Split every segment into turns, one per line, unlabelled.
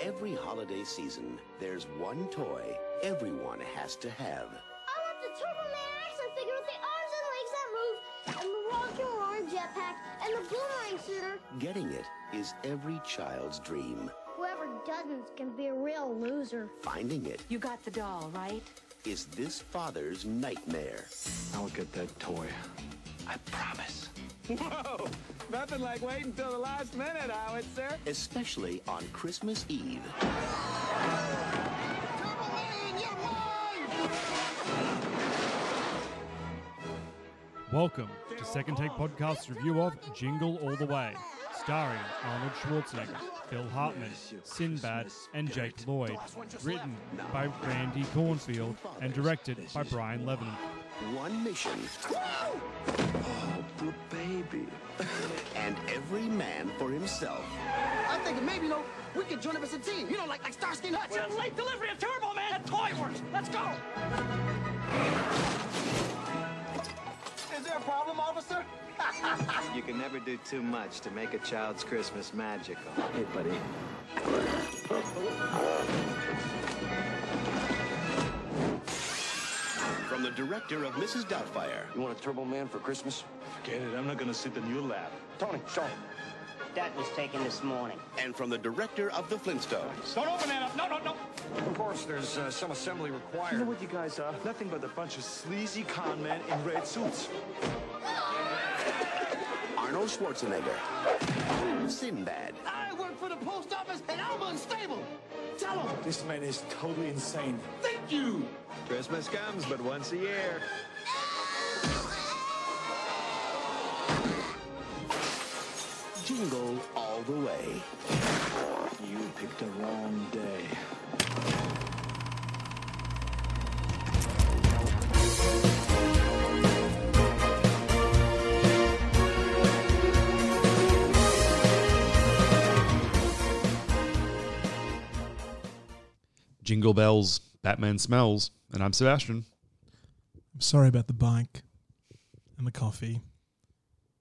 Every holiday season, there's one toy everyone has to have.
I want the Turbo Man action figure with the arms and legs that move, and the rock and roller jetpack, and the boomerang shooter.
Getting it is every child's dream.
Whoever doesn't can be a real loser.
Finding it
You got the doll, right?
is this father's nightmare.
I'll get that toy. I promise.
Whoa! Nothing like waiting till the last minute, Howitzer.
especially on Christmas Eve.
Welcome to Second Take Podcast's review of Jingle All the Way, starring Arnold Schwarzenegger, Phil Hartman, Sinbad, and Jake Lloyd. Written by Randy Cornfield and directed by Brian Levin.
One mission,
Oh, the baby.
and every man for himself.
I'm thinking maybe, you know, we could join up as a team. You know, like, like Starsky and Hutch.
It's a late delivery of Turbo Man at Toy Works. Let's go. Is there a problem, officer?
You can never do too much to make a child's Christmas magical.
Hey, buddy.
From the director of Mrs. Doubtfire,
You want a Turbo Man for Christmas?
Get it. I'm not gonna sit in your lap.
Tony, show him.
That was taken this morning.
and from the director of The Flintstones.
Don't open that up. No, no, no.
Of course, there's uh, some assembly
You know
required.
what you guys are? Nothing but a bunch of sleazy con men in red suits.
Arnold Schwarzenegger. Sinbad.
I work for the post office, and I'm unstable. Tell him.
This man is totally insane.
Thank you.
Christmas comes but once a year.
Jingle all the way.
You picked the wrong day.
Jingle bells, Batman smells, and I'm Sebastian.
I'm sorry about the bike and the coffee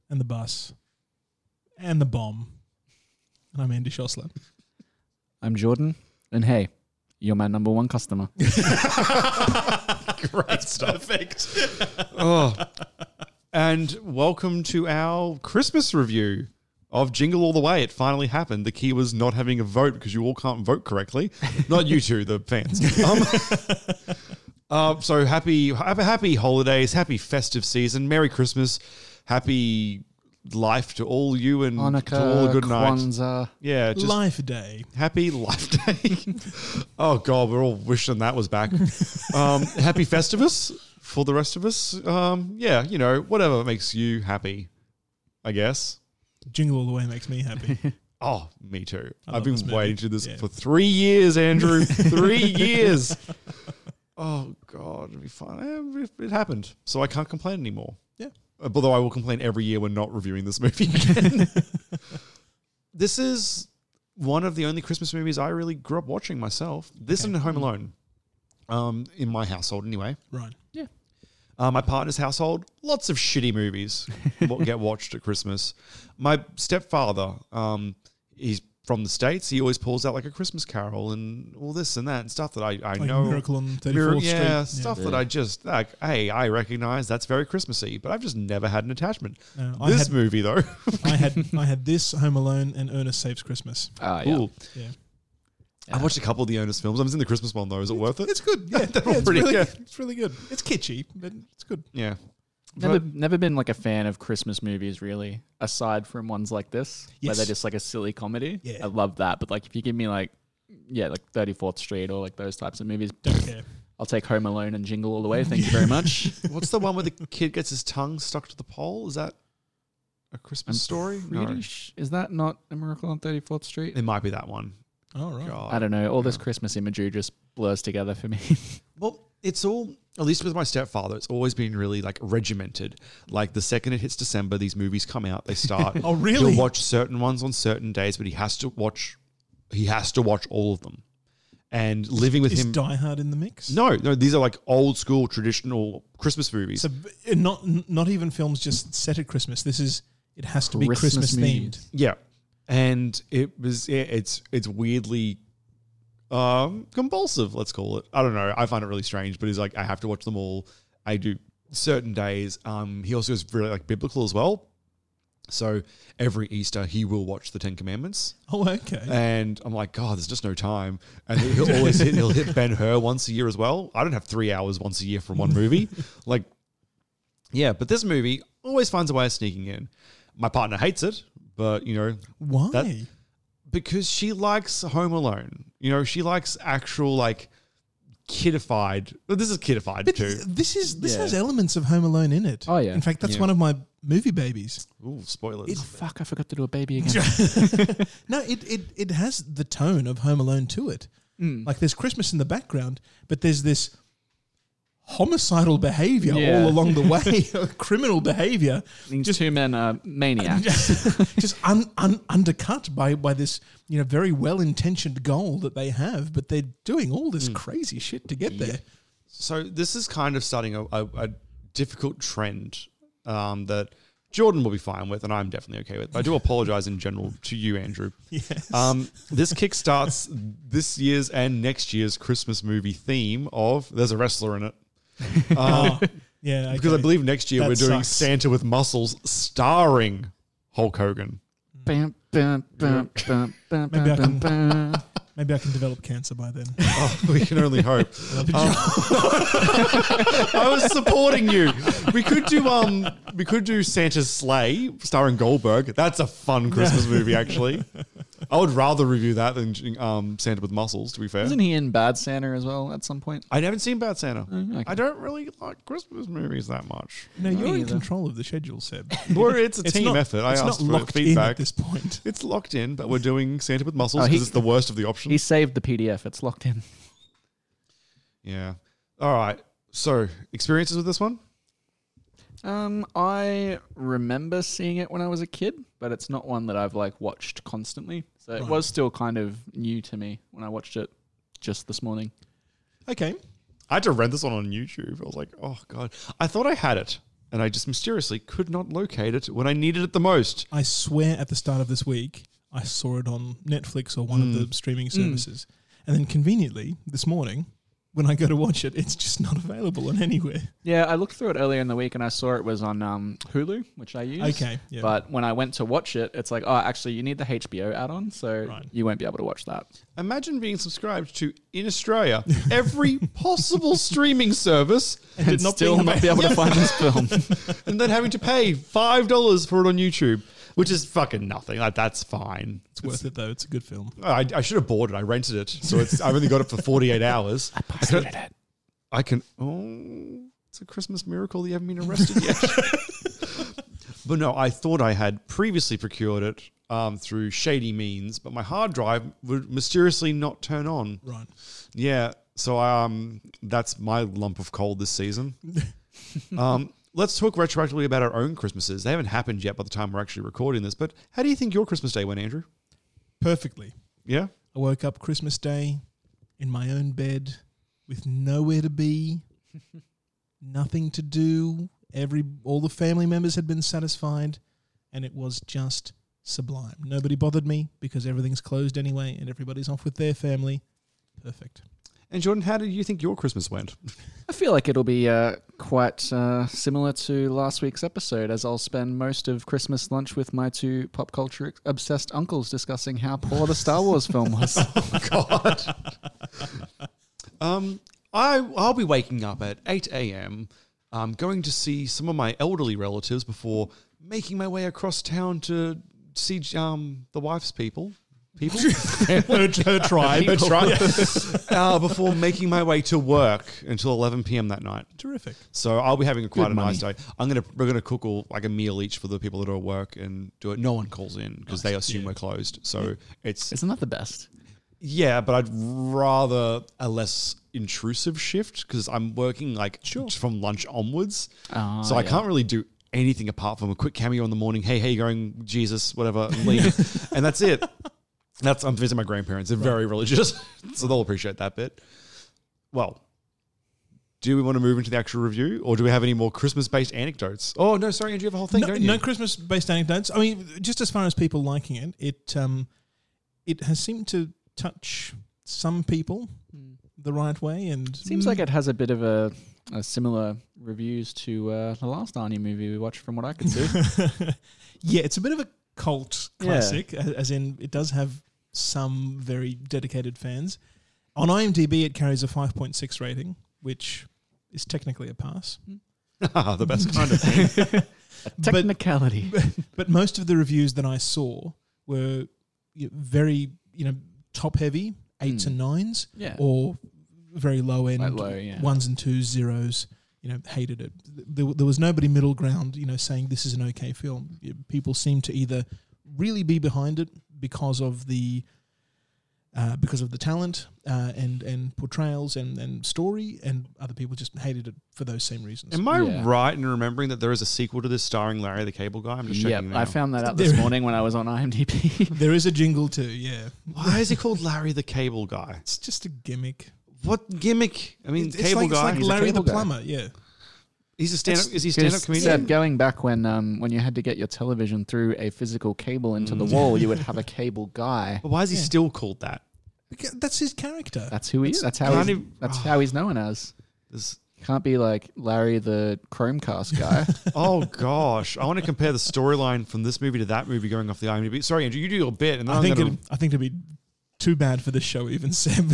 and the bus and the bomb. And I'm Andy Schossler.
I'm Jordan, and hey, you're my number one customer.
Great Perfect. oh. And welcome to our Christmas review of Jingle All the Way. It finally happened. The key was not having a vote because you all can't vote correctly. not you two, the fans. Um, uh, so happy, have a happy holidays, happy festive season, Merry Christmas, happy life to all you and to all a
Hanukkah,
good night.
Kwanzaa.
Yeah, just
Life Day.
Happy Life Day. oh God, we're all wishing that was back. Um, happy Festivus for the rest of us. Um, yeah, you know, whatever makes you happy, I guess.
Jingle All the Way makes me happy.
Oh, me too. I've
love
been
this movie.
waiting to this
Yeah.
for three years, Andrew. three years. Oh God, it'd be fun. Eh, It happened, so I can't complain anymore.
yeah.
Although I will complain every year we're not reviewing this movie again. this is one of the only Christmas movies I really grew up watching myself. This and Home Alone, um, in my household anyway.
Right.
Uh, my partner's household, lots of shitty movies what get watched at Christmas. My stepfather, um, he's from the states. He always pulls out like a Christmas Carol and all this and that and stuff that I, I
Like
know.
Miracle on 34th
Mir-
Street.
yeah, stuff that I just like. Hey, I recognize that's very Christmassy, but I've just never had an attachment.
No, I
this
had-
movie though,
I had I had this Home Alone and Ernest Saves Christmas.
Ah, yeah.
cool.
Yeah.
I watched a couple of the Ernest films. I was in the Christmas one though. Is it worth it?
It's good. Yeah,
They're
yeah,
all
it's,
pretty
really,
good.
it's really good. It's kitschy, but it's good.
yeah.
Never, never been like a fan of Christmas movies, really. Aside from ones like this, where
Yes.
they're just like a silly comedy.
Yeah.
I love that. But like, if you give me like, yeah, like Thirty Fourth Street or like those types of movies,
Don't care.
I'll take Home Alone and Jingle All the Way. Thank you very much.
What's the one where the kid gets his tongue stuck to the pole? Is that a Christmas story? No.
Pretty sh- Is that not a Miracle on 34th Street?
It might be that one.
Oh, right.
God.
I don't know. All this Christmas imagery just blurs together for me.
Well, it's all at least with my stepfather, it's always been really like regimented. Like the second it hits December, these movies come out, they start.
Oh, really?
He'll watch certain ones on certain days, but he has to watch he has to watch all of them. And living with
Is
him
Die Hard in the mix?
No, no, these are like old school traditional Christmas movies.
So b- not not even films just set at Christmas. This is it has to be Christmas, themed.
Yeah, and it was yeah, it's it's weirdly um compulsive. Let's call it. I don't know. I find it really strange, but he's like, I have to watch them all. I do certain days. Um, he also is really like biblical as well. So every Easter he will watch the Ten Commandments.
Oh, okay.
And I'm like, God, there's just no time. And he'll always hit, he'll hit Ben Hur once a year as well. I don't have three hours once a year from one movie. like, yeah, but this movie always finds a way of sneaking in. My partner hates it, but you know
why?
because she likes Home Alone. You know, she likes actual like kidified. Well, this is kidified
But
too.
this is this
Yeah.
has elements of Home Alone in it.
Oh, yeah.
In fact, that's
Yeah.
one of my movie babies.
Ooh, spoilers!
oh, fuck, I forgot to do a baby again.
No, it, it it has the tone of Home Alone to it.
Mm.
Like there's Christmas in the background, but there's this homicidal behavior
Yeah.
all along the way, criminal behavior,
These two men are maniacs.
just un, un, undercut by by this you know very well intentioned goal that they have, but they're doing all
Mm.
this crazy shit to get there.
So this is kind of starting a, a, a difficult trend um, that Jordan will be fine with, and I'm definitely okay with. But I do apologize in general to you, Andrew.
Yes.
Um, this kickstarts this year's and next year's Christmas movie theme of there's a wrestler in it. Um,
Yeah,
because I
okay.
believe next year
That
we're doing
sucks.
Santa with muscles, starring Hulk Hogan.
bam, bam, bam, bam, bam,
Maybe I can-
bam, bam.
Maybe I can develop cancer by then.
Oh, we can only hope. Um, I was supporting you. We could do um, we could do Santa's Sleigh starring Goldberg. That's a fun Christmas movie, actually. I would rather review that than um, Santa with muscles. To be fair,
Isn't he in Bad Santa as well at some point?
I haven't seen Bad Santa.
Oh,
okay.
I don't really like Christmas movies that much.
No, you're in
either.
control of the schedule, Seb.
Well, it's a
It's
team
not-
effort. I
it's not
asked for
locked in at
feedback
this point.
It's locked in, but we're doing Santa with muscles
Oh,
because
he-
it's the worst of the options.
He saved the PDF. It's locked in.
Yeah. All right. So experiences with this one?
Um, I remember seeing it when I was a kid, but it's not one that I've like watched constantly. So it
Right.
was still kind of new to me when I watched it just this morning.
Okay.
I had to rent this one on YouTube. I was like, oh god. I thought I had it, and I just mysteriously could not locate it when I needed it the most.
I swear at the start of this week, I saw it on Netflix or one of the streaming services. And then conveniently, this morning, when I go to watch it, it's just not available on anywhere.
Yeah, I looked through it earlier in the week and I saw it was on um, Hulu, which I use.
Okay, yeah.
But when I went to watch it, it's like, oh, actually, you need the HBO add on, so you won't be able to watch that.
Imagine being subscribed to in Australia every possible streaming service
And, it
Still
being
not be able to find this film.
and then having to pay five dollars for it on YouTube, which is fucking nothing. Like that's fine.
It's worth it though. It's a good film.
I, I should have bought it. I rented it, so it's I've only got it for forty eight hours. I can, I can. Oh, it's a Christmas miracle. that You haven't been arrested yet. but no, I thought I had previously procured it um, through shady means, but my hard drive would mysteriously not turn on.
Right.
Yeah, so um, that's my lump of coal this season. um, let's talk retroactively about our own Christmases. They haven't happened yet by the time we're actually recording this. But how do you think your Christmas day went, Andrew?
Perfectly.
Yeah.
I woke up Christmas Day in my own bed with nowhere to be, nothing to do. Every all the family members had been satisfied, and it was just sublime. Nobody bothered me because everything's closed anyway, and everybody's off with their family. Perfect.
And Jordan, how did you think your Christmas went?
I feel like it'll be uh, quite uh, similar to last week's episode, as I'll spend most of Christmas lunch with my two pop culture obsessed uncles discussing how poor the Star Wars film was.
Oh, God. um, I I'll be waking up at eight a.m. Um, going to see some of my elderly relatives before making my way across town to see um the wife's people. people,
Her- her tribe. Her tribe.
Yes. hour Uh, before making my way to work until 11 p.m. that night.
Terrific.
So I'll be having quite
Good
a nice
money.
day. I'm gonna we're gonna cook all, like a meal each for the people that are at work and do it. No one calls in because they assume we're closed. So it's
isn't that the best?
Yeah, but I'd rather a less intrusive shift because I'm working like from lunch onwards,
Ah,
so I
yeah.
can't really do anything apart from a quick cameo in the morning. Hey, hey, going Jesus, whatever, and leave, and that's it. That's I'm visiting my grandparents. They're very religious, so they'll appreciate that bit. Well, do we want to move into the actual review, or do we have any more Christmas-based anecdotes? Oh no, sorry, Andrew, you have a whole thing,
no,
don't you?
no Christmas based anecdotes. I mean, just as far as people liking it, it um, it has seemed to touch some people
Hmm.
the right way, and
Seems like it has a bit of a, a similar reviews to uh, the last Arnie movie we watched, from what I could see.
yeah, it's a bit of a cult
Yeah.
classic, a- as in it does have some very dedicated fans. On IMDb, it carries a 5.6 rating, which is technically a pass.
Ah, the best kind of thing. A
But-
technicality.
But, but most of the reviews that I saw were you know, very, you know, top heavy, eights and nines,
Hmm. Yeah.
or very low end,
Like low, yeah.
ones and twos, zeros. You know, hated it. There, there was nobody middle ground. You know, saying this is an okay film. People seem to either really be behind it because of the uh, because of the talent uh, and and portrayals and and story, and other people just hated it for those same reasons.
Am I right in remembering that there is a sequel to this starring Larry the Cable Guy? I'm just
Yep,
checking.
I
now.
found that out this morning when I was on IMDb.
There is a jingle too, yeah.
Why is he called Larry the Cable Guy?
It's just a gimmick.
What gimmick? I mean,
It's- it's
Cable
like- it's
Guy.
like
He's a
Larry the
cable guy.
Plumber, yeah.
He's a stand-up.
It's-
Is he a stand-up
because,
comedian?
Seb, going back when um, when you had to get your television through a physical cable into
Mm.
the wall, you would have a cable guy.
But why is he still called that?
Because That's his character.
That's who he is. That's how
Can't
he's,
even-
that's how he's known as. Can't be like Larry the Chromecast guy.
oh gosh, I want to compare the storyline from this movie to that movie going off the IMDb. Sorry, Andrew, you do your bit, and then
I
am
think
gonna.
it, I think it'd be too bad for the show, even Sam.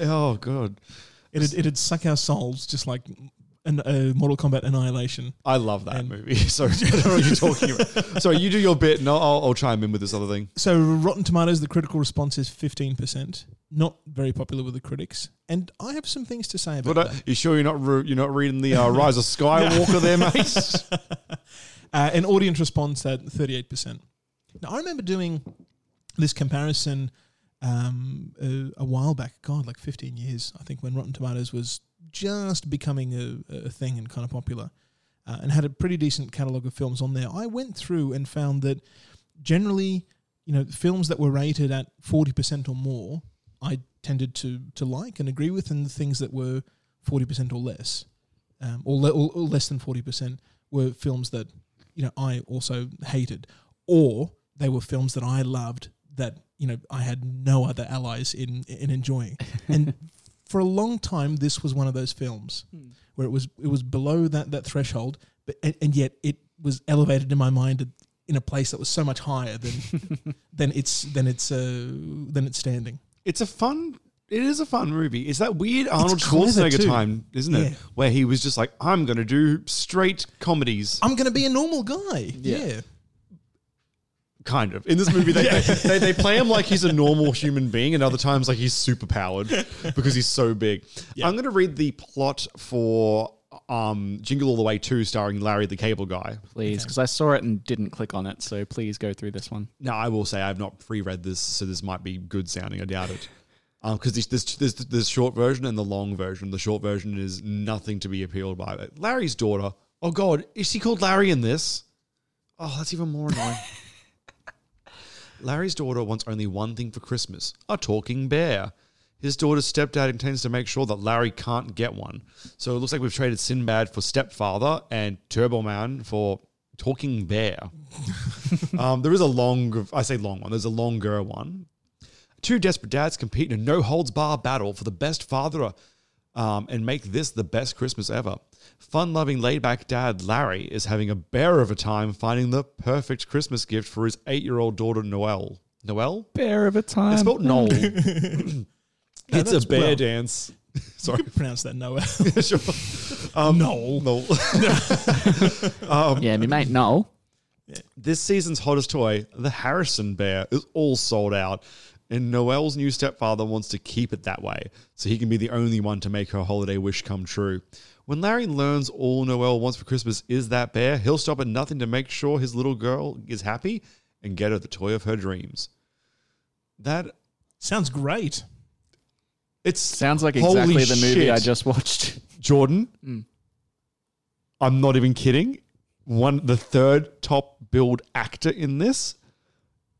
oh god,
it'd it'd suck our souls just like an, uh, Mortal Kombat Annihilation.
I love that movie. So I don't know what you're talking about. Sorry, you do your bit, and I'll, I'll, I'll chime in with this other thing.
So Rotten Tomatoes, the critical response is fifteen percent. Not very popular with the critics, and I have some things to say about
But uh,
that.
you sure you're not re- you're not reading the uh, Rise of Skywalker there, mate?
uh, an audience response at 38%. Now, I remember doing this comparison um, a, a while back, God, like 15 years, I think, when Rotten Tomatoes was just becoming a, a thing and kind of popular uh, and had a pretty decent catalogue of films on there. I went through and found that generally, you know, films that were rated at 40% or more, I tended to, to like and agree with, and the things that were 40% or less um, or, le- or, or less than 40% were films that you know I also hated or they were films that I loved that you know I had no other allies in in enjoying and for a long time this was one of those films where it was it was below that that threshold but and, and yet it was elevated in my mind at- in a place that was so much higher than than it's than it's uh, than it's standing
It's a fun. It is a fun movie. It's that weird Arnold
clever
Schwarzenegger
too.
time, isn't it?
Yeah.
Where he was just like, "I'm going to do straight comedies."
I'm going to be a normal guy yeah.
kind of. In this movie, they, they, they, they play him like he's a normal human being, and other times like he's super powered because he's so big. I'm going to read the plot for um, Jingle All the Way 2 starring Larry the Cable Guy.
please, because I saw it and didn't click on it. So please go through this one.
Now, I will say I've not pre read this, so this might be good sounding. I doubt it. Um, Because there's, there's, there's, there's short version and the long version. The short version is nothing to be appealed by. Larry's daughter. Oh, God. Is she called Larry in this? Oh, that's even more annoying. Larry's daughter wants only one thing for Christmas a talking bear. His daughter's stepdad intends to make sure that Larry can't get one. So it looks like we've traded Sinbad for stepfather and Turbo Man for talking bear. um, there is a long, I say long one, there's a longer one. Two desperate dads compete in a no holds bar battle for the best father um, and make this the best Christmas ever. Fun loving, laid back dad Larry is having a bear of a time finding the perfect Christmas gift for his eight year old daughter Noelle. Noelle?
Bear of a time.
It's spelled Noel. it's a
that's-
bear
well,
dance. Sorry.
pronounce that Noel
sure. Um, Noel. Noel.
yeah, me mate Noel.
This season's hottest toy, the Harrison Bear, is all sold out, and Noelle's new stepfather wants to keep it that way, so he can be the only one to make her holiday wish come true. When Larry learns all Noelle wants for Christmas is that bear, he'll stop at nothing to make sure his little girl is happy and get her the toy of her dreams. That
sounds great.
It
sounds like
Holy
exactly the movie
shit.
I just watched.
Jordan,
Mm.
I'm not even kidding. One, the third top billed actor in this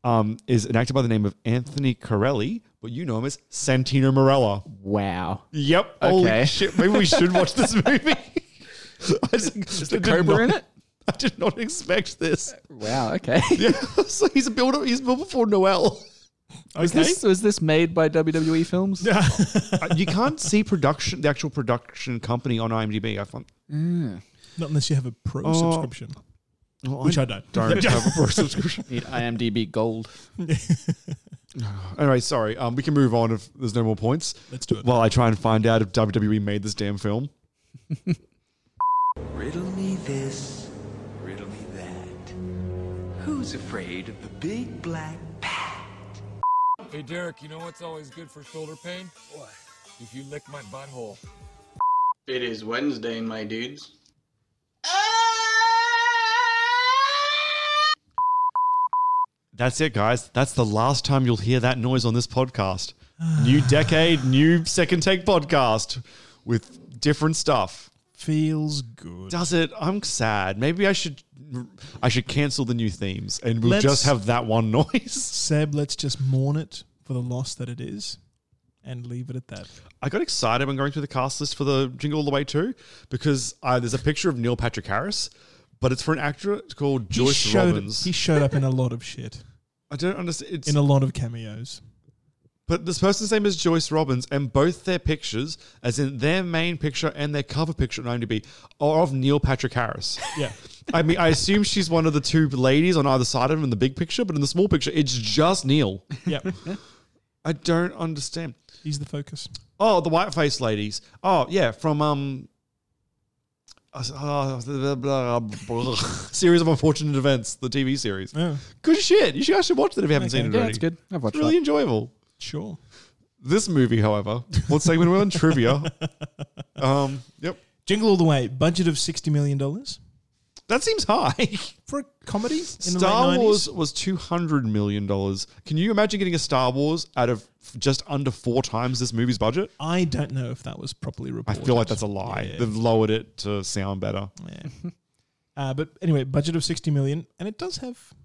um, is an actor by the name of Anthony Corelli, but you know him as Santino Morella.
Wow.
Yep. Holy
Okay.
shit. Maybe we should watch this movie. is
the Cobra in it?
I did not expect this.
Wow. Okay.
Yeah. So he's a builder. He's built before Noel.
Was this was this made by WWE Films?
Uh, you can't see production, the actual production company on IMDb. I find
Not unless you have a pro
Oh.
subscription,
Well,
which I, don't.
Don't have a pro subscription.
Need IMDb Gold.
Anyway, sorry. Um, we can move on if there's no more points.
Let's do it.
While I try and find out if WWE made this damn film.
Riddle me this, riddle me that. Who's afraid of the big black
Hey Derek, you know what's always good for shoulder pain? What? If you lick my butthole.
It is Wednesday, my dudes.
That's it, guys. That's the last time you'll hear that noise on this podcast. new decade, new second take podcast with different stuff.
Feels good.
Does it? I'm sad. Maybe I should I should cancel the new themes and we'll
Let's-
just have that one noise.
Seb, let's just mourn it for the loss that it is, and leave it at that.
I got excited when going through the cast list for the Jingle All the Way too because uh, there's a picture of Neil Patrick Harris, but it's for an actor called Joyce
he showed,
Robbins.
He showed up in a lot of shit,
I don't understand. It's,
in a lot of cameos.
But this person's name is Joyce Robbins, and both their pictures, as in their main picture and their cover picture on IMDb, are of Neil Patrick Harris.
Yeah.
I mean, I assume she's one of the two ladies on either side of him in the big picture, but in the small picture, it's just Neil.
Yep.
I don't understand.
He's the focus.
Oh, the white faced ladies. Oh, yeah, from um, uh, blah, blah, blah, blah. series of unfortunate events, the TV series.
Yeah.
Good shit. You should actually watch that if you haven't
Okay.
seen it
Yeah,
already.
it's good. I've watched
It's really
that.
enjoyable.
Sure.
This movie, however, what segment we're on trivia. Um, yep.
Jingle all the way. Budget of sixty million dollars
That seems high.
for a comedy. In the
Star
late 90s?
Wars was two hundred million dollars. Can you imagine getting a Star Wars out of just under four times this movie's budget?
I don't know if that was properly
I
reported.
feel like that's a lie. They've lowered it to sound better.
Uh, but anyway, budget of sixty million, and it does have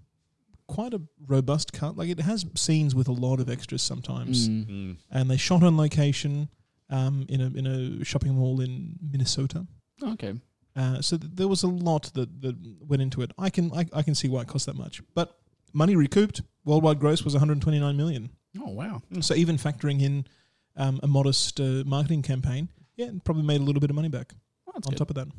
quite a robust cut. Like it has scenes with a lot of extras sometimes,
Mm. Mm.
and they shot on location um, in a in a shopping mall in Minnesota.
Okay.
Uh, so th- there was a lot that, that went into it. I can I, I can see why it cost that much, but money recouped. Worldwide gross was 129 million.
Oh wow!
So even factoring in um, a modest uh, marketing campaign, yeah, it probably made a little bit of money back on
good.
top of that.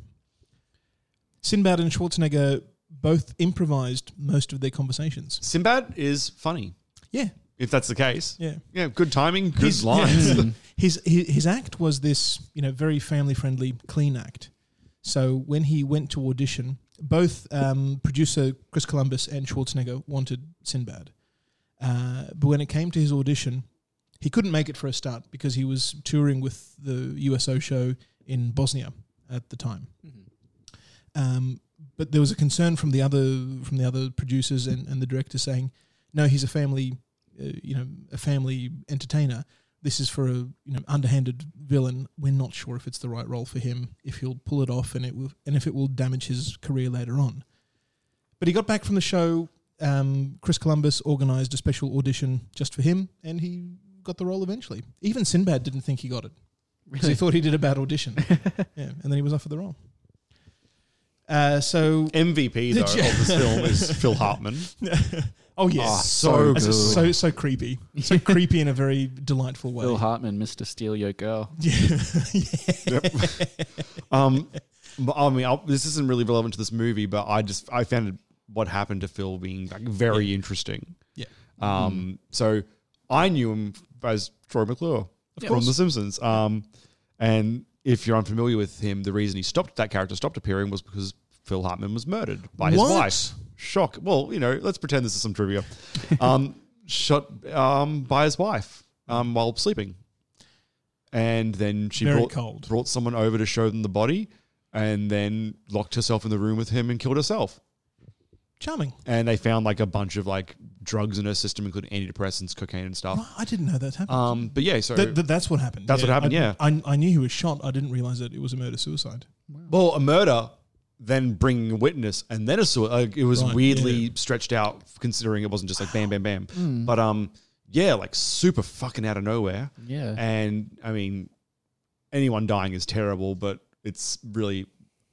Sinbad and Schwarzenegger both improvised most of their conversations.
Sinbad is funny.
Yeah.
If that's the case.
Yeah.
Yeah. Good timing, good
His-
lines. Mm.
yeah. his, his his act was this, you know, very family friendly, clean act. So when he went to audition, both um, producer Chris Columbus and Schwarzenegger wanted Sinbad, uh, but when it came to his audition, he couldn't make it for a start because he was touring with the USO show in Bosnia at the time. Um, but there was a concern from the other from the other producers and, and the director saying, "No, he's a family, uh, you know, a family entertainer. This is for a you know underhanded villain. We're not sure if it's the right role for him, if he'll pull it off, and it will, and if it will damage his career later on." But he got back from the show. Um, Chris Columbus organized a special audition just for him, and he got the role eventually. Even Sinbad didn't think he got it. 'cause He
Really?
thought he did a bad audition. yeah, and then he was offered the role. Uh, so
MVP though
Did you-
of this film is Phil Hartman.
oh yes,
Ah,
so
so good.
so so creepy, so creepy in a very delightful way.
Bill Hartman, Mr. Steal Your Girl.
Yeah.
Um, but I mean, I'll, this isn't really relevant to this movie, but I just I found it, what happened to Phil being like very interesting.
Yeah. Hmm.
Um. So I knew him as Troy McClure
Of
from
course.
The Simpsons. Um, and if you're unfamiliar with him, the reason he stopped that character stopped appearing was because Phil Hartman was murdered by his
What?
wife. shock. Well, you know, let's pretend this is some trivia. Um, shot um, by his wife um, while sleeping, and then she
Very
brought
cold.
brought someone over to show them the body, and then locked herself in the room with him and killed herself.
Charming.
And they found like a bunch of like drugs in her system, including antidepressants, cocaine, and stuff.
I didn't know that happened.
Um, but yeah, so
Th- th- that's what happened.
Ah. That's what happened.
I,
yeah.
I, I knew he was shot. I didn't realize that it was a murder suicide.
Well, a murder, then bringing a witness, and then a suicide. It was
Right,
weirdly
yeah.
stretched out, considering it wasn't just like bam, bam, bam.
Mm.
But um, yeah, like super fucking out of nowhere.
Yeah.
And I mean, anyone dying is terrible, but it's really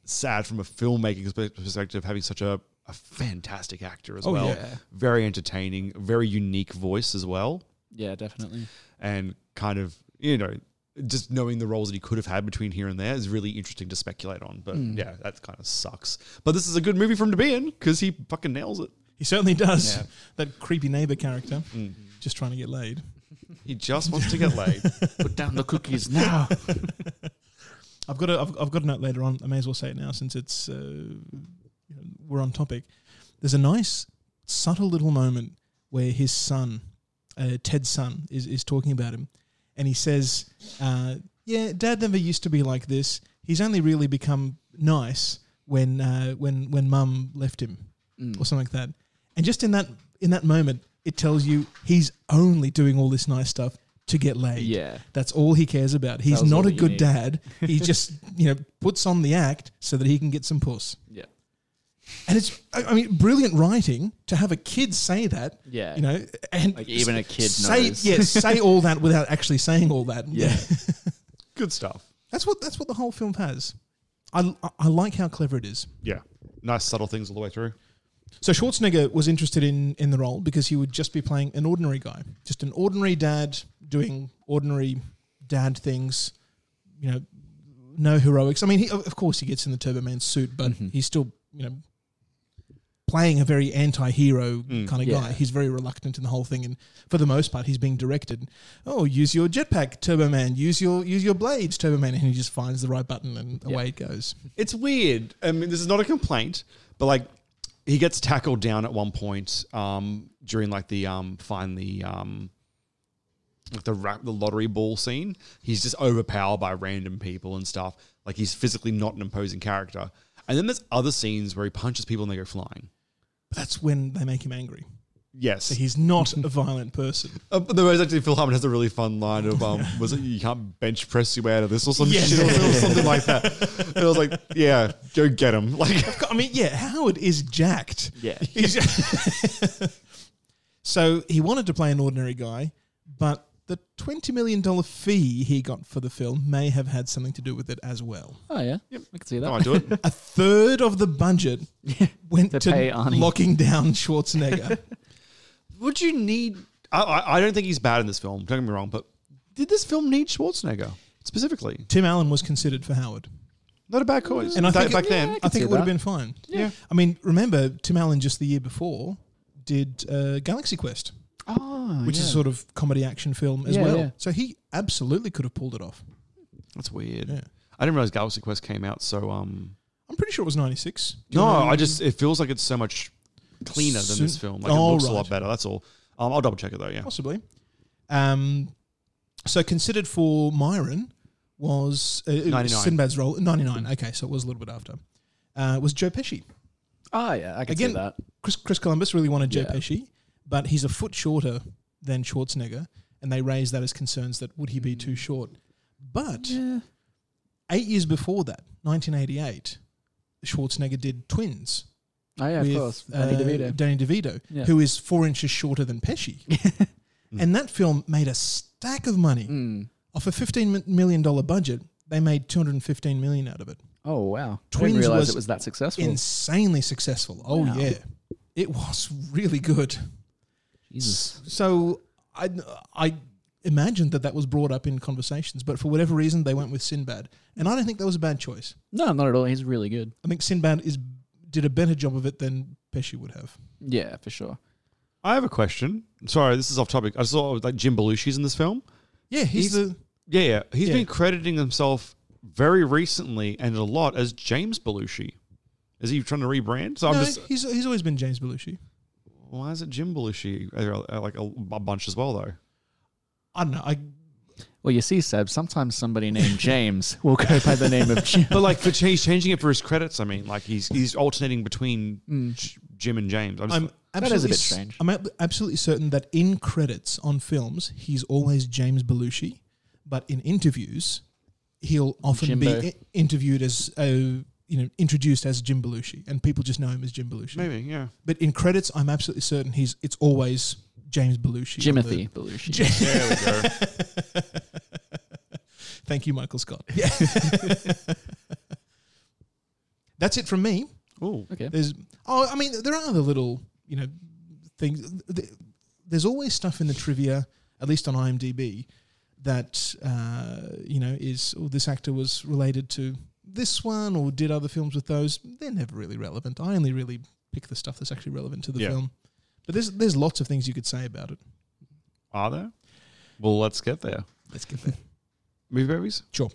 sad from a filmmaking spe- perspective having such a, a fantastic actor as
Oh,
well.
yeah.
Very entertaining, very unique voice as well
Yeah, definitely.
and kind of you know just knowing the roles that he could have had between here and there is really interesting to speculate on. But
Mm.
yeah, that kind of sucks. But this is a good movie for him to be in because he fucking nails it.
He certainly does.
Yeah.
That creepy neighbor character, just trying to get laid.
He just wants to get laid.
Put down the cookies now.
I've got a, I've, I've got a note later on. I may as well say it now since it's uh, you know, we're on topic. There's a nice subtle little moment where his son, uh, Ted's son, is is talking about him, and he says, uh, "Yeah, Dad never used to be like this. He's only really become nice when uh, when when Mum left him, or something like that." And just in that in that moment, it tells you he's only doing all this nice stuff to get laid.
Yeah.
that's all he cares about. He's
was
not
all
a
you
good
need.
dad. He just, you know, puts on the act so that he can get some puss.
Yeah.
And it's, I I mean, brilliant writing to have a kid say that.
Yeah.
You know, and
Like, even a kid
say,
knows.
Yes, say all that without actually saying all that.
Yeah.
Good stuff.
that's what that's what the whole film has. I, I- I like how clever it is.
Yeah, nice subtle things all the way through.
So Schwarzenegger was interested in in the role because he would just be playing an ordinary guy, just an ordinary dad doing ordinary dad things, you know, no heroics. I mean, he, of of course he gets in the Turbo Man suit, but he's still you know playing a very anti-hero kind of
yeah.
guy. He's very reluctant in the whole thing, and for the most part, he's being directed. Oh, use your jetpack, Turbo Man. Use your use your blades, Turbo Man, and he just finds the right button and away it goes.
It's weird. I mean, this is not a complaint, but like he gets tackled down at one point um, during like the um, find the um, like the rap, the lottery ball scene. He's just overpowered by random people and stuff. Like he's physically not an imposing character. And then there's other scenes where he punches people and they go flying.
But that's when they make him angry.
Yes,
So he's not a violent person.
Uh, but there was actually Phil Harmon has a really fun line of um, was it you can't bench press your way out of this or some
Yeah.
shit or something like that. And I was like, yeah, go get him. Like
I mean, yeah, Howard is jacked.
Yeah.
He's- so he wanted to play an ordinary guy, but the $20 million fee he got for the film may have had something to do with it as well.
Oh yeah, I can see that.
I do it.
A third of the budget went to,
To pay Arnie.
locking down Schwarzenegger.
Would you need? I, I, I don't think he's bad in this film. Don't get me wrong, but did this film need Schwarzenegger specifically?
Tim Allen was considered for Howard.
Not a bad choice.
And I
Back-
think,
back then,
I think
see
it would have
that.
been fine.
Yeah.
I mean, remember Tim Allen just the year before did uh, Galaxy Quest,
Oh,
which is a sort of comedy action film as
Yeah,
well.
yeah.
So he absolutely could have pulled it off.
that's weird.
Yeah.
I didn't realize Galaxy Quest came out so. Um,
I'm pretty sure it was 96. Do you
no,
remember?
I just it feels like it's so much cleaner than this
Soon-
film. Like
Oh,
it looks a lot
right.
better. That's all. Um, I'll double check it though. Yeah.
Possibly. Um, so considered for Myron was, uh, it was
99.
Sinbad's role. 99. Okay, so it was a little bit after. Uh, was Joe Pesci.
Oh yeah, I can
Again,
see that.
Chris, Chris Columbus really wanted Joe
Yeah.
Pesci, but he's a foot shorter than Schwarzenegger, and they raised that as concerns that would he be
Mm.
too short? But eight years before that, 1988, Schwarzenegger did Twins.
Oh yeah, of
with,
course. Danny
uh,
DeVito.
Danny DeVito,
Yeah. Mm.
who is four inches shorter than Pesci. and that film made a stack of money.
Mm.
Off a $15 million budget, they made $215 million out of it.
Oh wow, I
Twins
didn't realize
was
it was that successful.
Insanely successful. Oh,
Wow.
yeah. It was really good.
Jesus.
So I, I imagined that that was brought up in conversations, but for whatever reason, they went with Sinbad. And I don't think that was a bad choice.
No, not at all. He's really good.
I think Sinbad is did a better job of it than Pesci would have.
Yeah, for sure.
I have a question. Sorry, this is off topic. I saw like Jim Belushi's in this film.
Yeah, he's, the.
Yeah, yeah. He's
Yeah.
been crediting himself very recently and a lot as James Belushi. Is he trying to rebrand? So
no,
I'm just
he's he's always been James Belushi.
why is it Jim Belushi uh, uh, like a, a bunch as well though?
I don't know. I
Well, you see, Seb, sometimes somebody named James will go by the name of Jim.
But like, for, he's changing it for his credits. I mean, like he's he's alternating between
Mm.
J- Jim and James. I'm, just,
I'm absolutely s- I'm ab- absolutely certain that in credits on films, he's always James Belushi, but in interviews, he'll often
Jimbo.
be i- interviewed as uh, you know introduced as Jim Belushi, and people just know him as Jim Belushi.
Maybe, yeah.
But in credits, I'm absolutely certain he's it's always James Belushi. on
Jimothy
the-
Belushi.
J-
There
Thank you, Michael Scott. That's it from me.
Oh,
okay.
There's oh, I mean, there are other little you know things. Th- There's always stuff in the trivia, at least on IMDb, that uh, you know is oh, this actor was related to this one or did other films with those. They're never really relevant. I only really pick the stuff that's actually relevant to the
Yeah.
film. But there's there's lots of things you could say about it.
are there? Well, let's get there.
Let's get there.
Movie babies
Sure.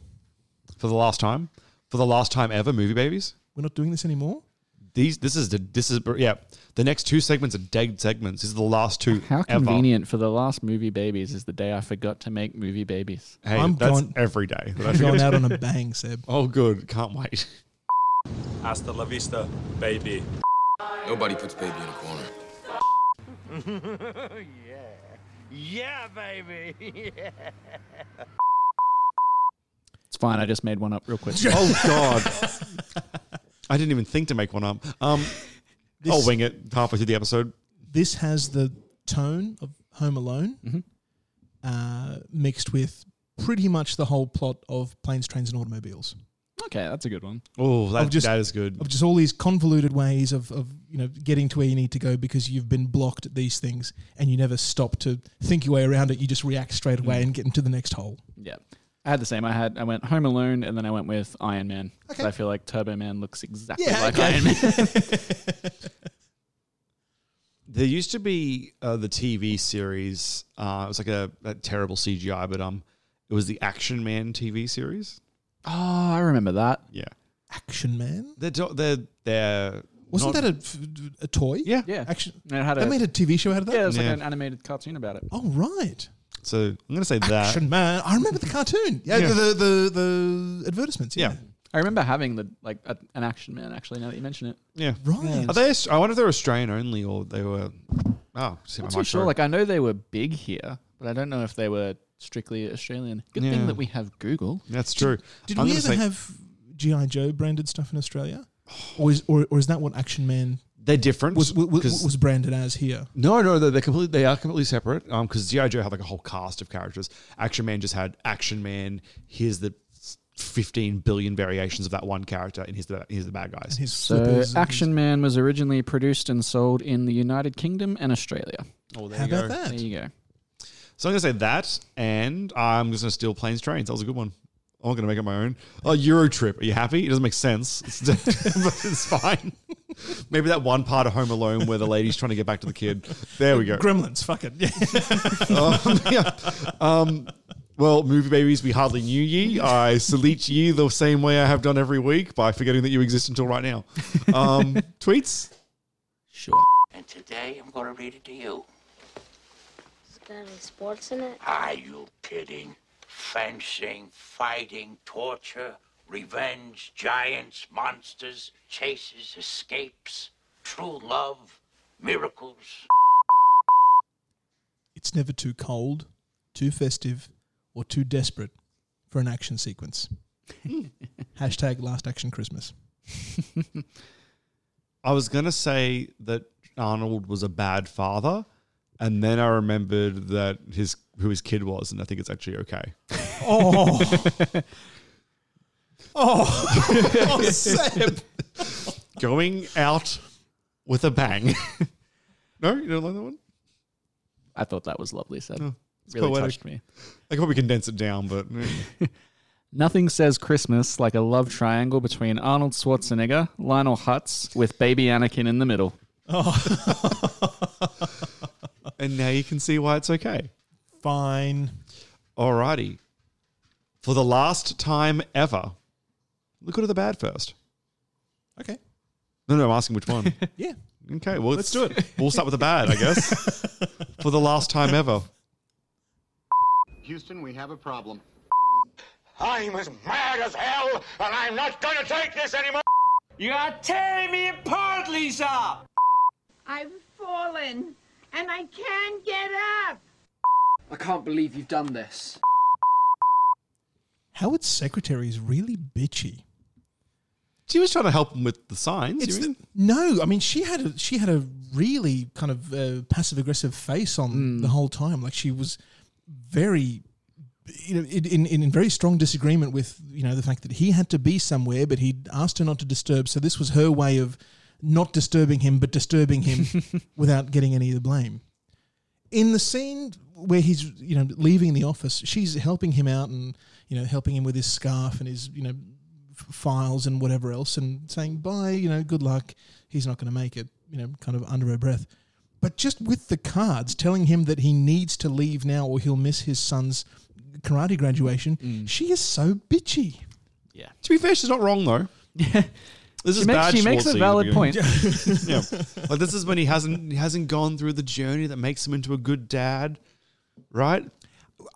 for the last time, for the last time ever. Movie babies.
We're not doing this anymore.
These. This is the. This is yeah. The next two segments are dead segments. This is the last two.
How
ever.
convenient for the last movie babies is the day I forgot to make movie babies.
Hey,
I'm
that's
going-
every day.
I'm going out on a bang, Seb.
Oh, good. Can't wait.
Hasta la vista, baby.
Nobody puts baby in a corner.
yeah. Yeah, baby. Yeah.
It's fine. I just made one up real quick.
oh God. I didn't even think to make one up. Um, I'll
This-
wing it halfway through the episode.
This has the tone of Home Alone, uh, mixed with pretty much the whole plot of Planes, Trains, and Automobiles.
Okay, that's a good one.
Oh, that,
Of just-
that is good.
Of just all these convoluted ways of, of you know getting to where you need to go because you've been blocked at these things and you never stop to think your way around it. You just react straight away and get into the next hole.
Yeah. I had the same. I had I went Home Alone and then I went with Iron Man. 'Cause
Okay.
I feel like Turbo Man looks exactly
Yeah,
like
okay.
Iron Man.
There used to be uh, the TV series. Uh, it was like a, a terrible CGI, but um, it was the Action Man TV series.
oh, I remember that.
Yeah,
Action Man
they're do- they're they're
wasn't
not-
that a, f- a toy?
Yeah.
Yeah.
Action.
And it had
They
a-
made a TV show out of that.
Yeah, it was
Yeah.
like an animated cartoon about it.
Oh right.
so I'm gonna say
Action
that.
Man. I remember the cartoon. Yeah,
Uh, Yeah.
The, the the advertisements. Yeah.
Yeah.
I remember having the like a, an action man actually. Now that you mention it,
Yeah,
Right.
Are they? Aus- I wonder if they're Australian only or they were. Oh, see my
I'm not
mic
too sure.
broke.
Like I know they were big here, but I don't know if they were strictly Australian. Good
Yeah.
thing that we have Google.
that's true.
Did
I'm
we
gonna
ever
say-
have GI Joe branded stuff in Australia, or is or, or is that what Action Man
They're different.
was was,
'cause-
was branded as here?
No, no, they're, they're completely. They are completely separate. Um, because GI Joe had like a whole cast of characters. Action Man just had Action Man. Here's the fifteen billion variations of that one character, and here's the here's the bad guys.
His
So
flippers and
Action Man was originally produced and sold in the United Kingdom and Australia.
Oh, there
How
you go.
about that?
There you go.
So I'm gonna say that, and I'm just gonna steal planes, trains. That was a good one. I'm not gonna make up my own. Oh, Euro trip. Are you happy? It doesn't make sense, It's- but it's fine. Maybe that one part of Home Alone where the lady's trying to get back to the kid. There we go.
Gremlins. Fuck it. Yeah.
um, yeah. um, well, movie babies, we hardly knew ye. I salute ye the same way I have done every week by forgetting that you exist until right now. Um, tweets.
Sure.
And today I'm gonna read it to you.
Is there any sports in it?
Are you kidding? Fencing, fighting, torture, revenge, giants, monsters, chases, escapes, true love, miracles.
It's never too cold, too festive, or too desperate for an action sequence. Hashtag Last Action Christmas.
I was going to say that Arnold was a bad father, and then I remembered that his who his kid was, and I think it's actually okay.
Oh. oh. oh, Seb.
Going out with a bang. no, you don't like that one?
I thought that was lovely. Said
Oh, it's
really
poetic.
touched me.
I could probably condense it down, but mm.
Nothing says Christmas like a love triangle between Arnold Schwarzenegger, Lionel Hutz, with baby Anakin in the middle.
and now you can see why it's okay.
Fine.
Alrighty. For the last time ever, look at the bad first.
Okay.
No, no, I'm asking which one.
Yeah.
Okay, well,
Let's
it's-
do it.
We'll start with the bad, I guess, for the last time ever.
Houston, we have a problem.
I'm as mad as hell, and I'm not gonna take this anymore!
You are tearing me apart, Lisa!
I've fallen and I can't get up.
I can't believe you've done this.
Howard's secretary is really bitchy.
She was trying to help him with the signs.
It's
you mean?
the- no, I mean she had a, she had a really kind of uh, passive aggressive face on the whole time. Like she was very, you know, in, in in very strong disagreement with you know the fact that he had to be somewhere, but he asked her not to disturb. So this was her way of not disturbing him, but disturbing him without getting any of the blame. In the scene where he's you know leaving the office, she's helping him out and you know helping him with his scarf and his you know f- files and whatever else and saying bye you know good luck he's not going to make it you know kind of under her breath but just with the cards telling him that he needs to leave now or he'll miss his son's karate graduation she is so bitchy
yeah to be fair she's not wrong though This
She
is
makes-
bad.
she makes a
Schwartzy in the
valid
beginning.
point.
yeah, like this is when he hasn't he hasn't gone through the journey that makes him into a good dad, right?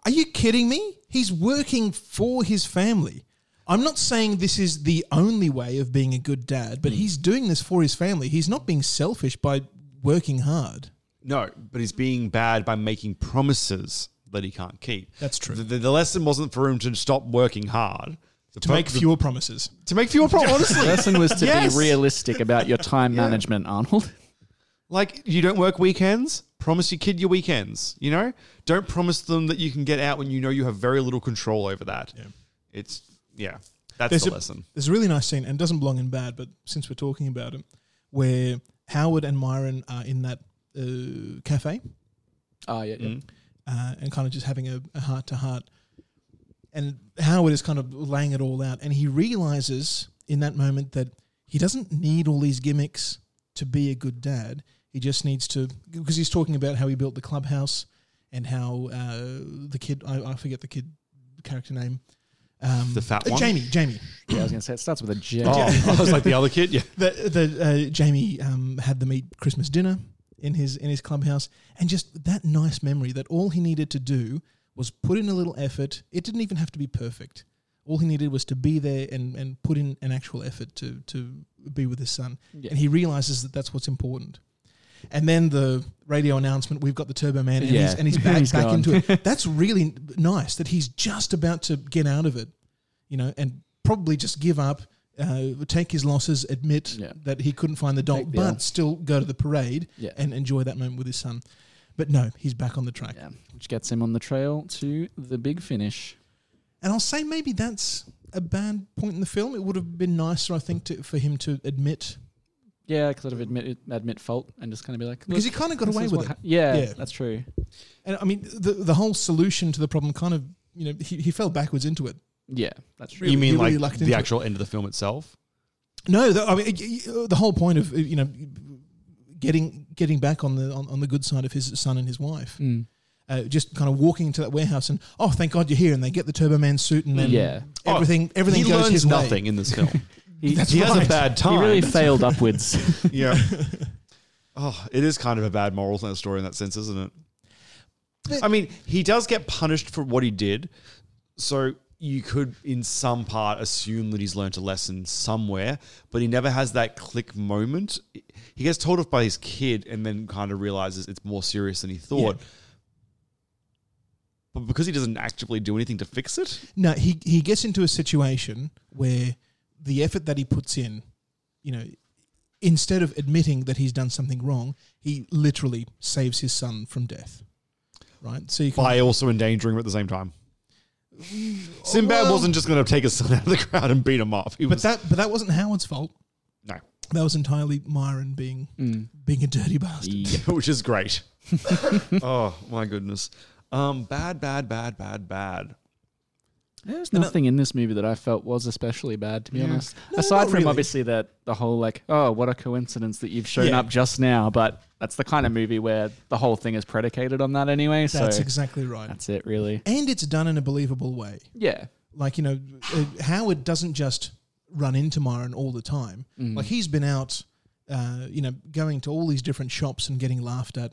Are you kidding me? He's working for his family. I'm not saying this is the only way of being a good dad, but he's doing this for his family. He's not being selfish by working hard.
No, but he's being bad by making promises that he can't keep.
That's true.
The, the- the lesson wasn't for him to stop working hard. The
To
pro-
make
the-
fewer promises.
To make fewer promises. Honestly,
The lesson was to
Yes.
be realistic about your time management, Arnold.
Like you don't work weekends. Promise your kid your weekends. You know, don't promise them that you can get out when you know you have very little control over that. It's yeah, that's
there's
the
a,
lesson.
There's a really nice scene, and it doesn't belong in bad, but since we're talking about it, where Howard and Myron are in that uh, cafe.
Ah, yeah, yeah.
Uh, and kind of just having a, a heart to heart. And Howard is kind of laying it all out, and he realizes in that moment that he doesn't need all these gimmicks to be a good dad. He just needs to, because he's talking about how he built the clubhouse and how uh, the kid, I, I forget the kid character name. Um,
The fat
uh,
one?
Jamie, Jamie.
Yeah, I was going to say it starts with a J.
Oh, I was like the other kid. Yeah.
The, the uh, Jamie um, had them eat Christmas dinner in his in his clubhouse, and just that nice memory that all he needed to do was put in a little effort. It didn't even have to be perfect. All he needed was to be there and, and put in an actual effort to to be with his son,
Yeah.
and he realizes that that's what's important. And then the radio announcement: "We've got the Turbo Man," and he's
Yeah.
and he's back,
He's
back
gone.
into it. That's really nice that he's just about to get out of it, you know, and probably just give up, uh, take his losses, admit that he couldn't find the doll,
Take the
but
L.
still go to the parade
Yeah.
and enjoy that moment with his son. But no, he's back on the track.
Which gets him on the trail to the big finish.
And I'll say maybe that's a bad point in the film. It would have been nicer, I think, to, for him to admit.
Yeah, sort of admit admit fault and just kind of be like
Because
"Look,
he kinda got
this
away
is
with
what
it."
yeah,
Yeah.
that's true.
And I mean, the the whole solution to the problem kind of, you know, he, he fell backwards into it.
Yeah, that's
you mean
he really
like
lucked
the
into it.
actual end of the film itself?
No, the, I mean y- y- the whole point of you know getting getting back on the on, on the good side of his son and his wife.
Mm.
Uh, just kind of walking into that warehouse and oh, thank God you're here, and they get the Turbo Man suit and then
Yeah.
everything
Oh,
everything
he
goes
learns
his
nothing
way.
in this film.
He-
That's
he has
right.
a bad time.
He really failed upwards.
yeah. Oh, it is kind of a bad moral in that story in that sense, isn't it? I mean, he does get punished for what he did, so you could, in some part, assume that he's learnt a lesson somewhere. But he never has that click moment. He gets told off by his kid, and then kind of realizes it's more serious than he thought. But because he doesn't actively do anything to fix it,
No, he he gets into a situation where the effort that he puts in, you know, instead of admitting that he's done something wrong, he literally saves his son from death. Right, so you can
by also endangering him at the same time. Sinbad
Well-
wasn't just going to take his son out of the crowd and beat him up. He
but
was
that but that wasn't Howard's fault.
No.
That was entirely Myron being
Mm.
being a dirty bastard.
which is great. oh my goodness. Um, bad, bad, bad, bad, bad.
There's nothing in this movie that I felt was especially bad, to be
Yeah.
honest.
No,
Aside
not
from
really.
obviously that the whole like, oh, what a coincidence that you've shown
Yeah.
up just now, but that's the kind of movie where the whole thing is predicated on that anyway. So
That's exactly right.
That's it, really.
And it's done in a believable way.
Yeah.
Like, you know, uh, Howard doesn't just run into Myron all the time.
Mm.
Like, he's been out uh, you know, going to all these different shops and getting laughed at.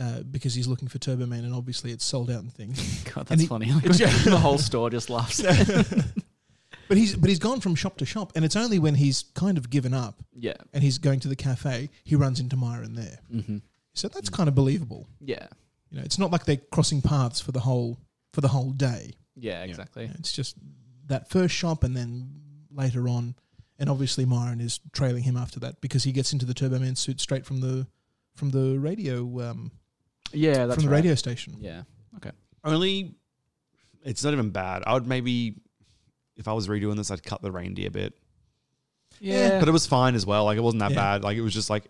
Uh, because he's looking for Turbo Man, and obviously it's sold out and things.
God,
And
that's funny. Like, the whole store just laughs.
but he's but he's gone from shop to shop, and it's only when he's kind of given up,
Yeah.
and he's going to the cafe, he runs into Myron there.
Mhm.
So that's kind of believable.
Yeah.
You know, it's not like they're crossing paths for the whole for the whole day.
Yeah, exactly.
It's just that first shop, and then later on, and obviously Myron is trailing him after that because he gets into the Turbo Man suit straight from the from the radio um,
Yeah, that's
from the
right.
radio station.
Yeah. Okay.
Only, it's not even bad. I would maybe, if I was redoing this, I'd cut the reindeer bit.
Yeah.
But it was fine as well. Like it wasn't that
Yeah.
bad. Like it was just like,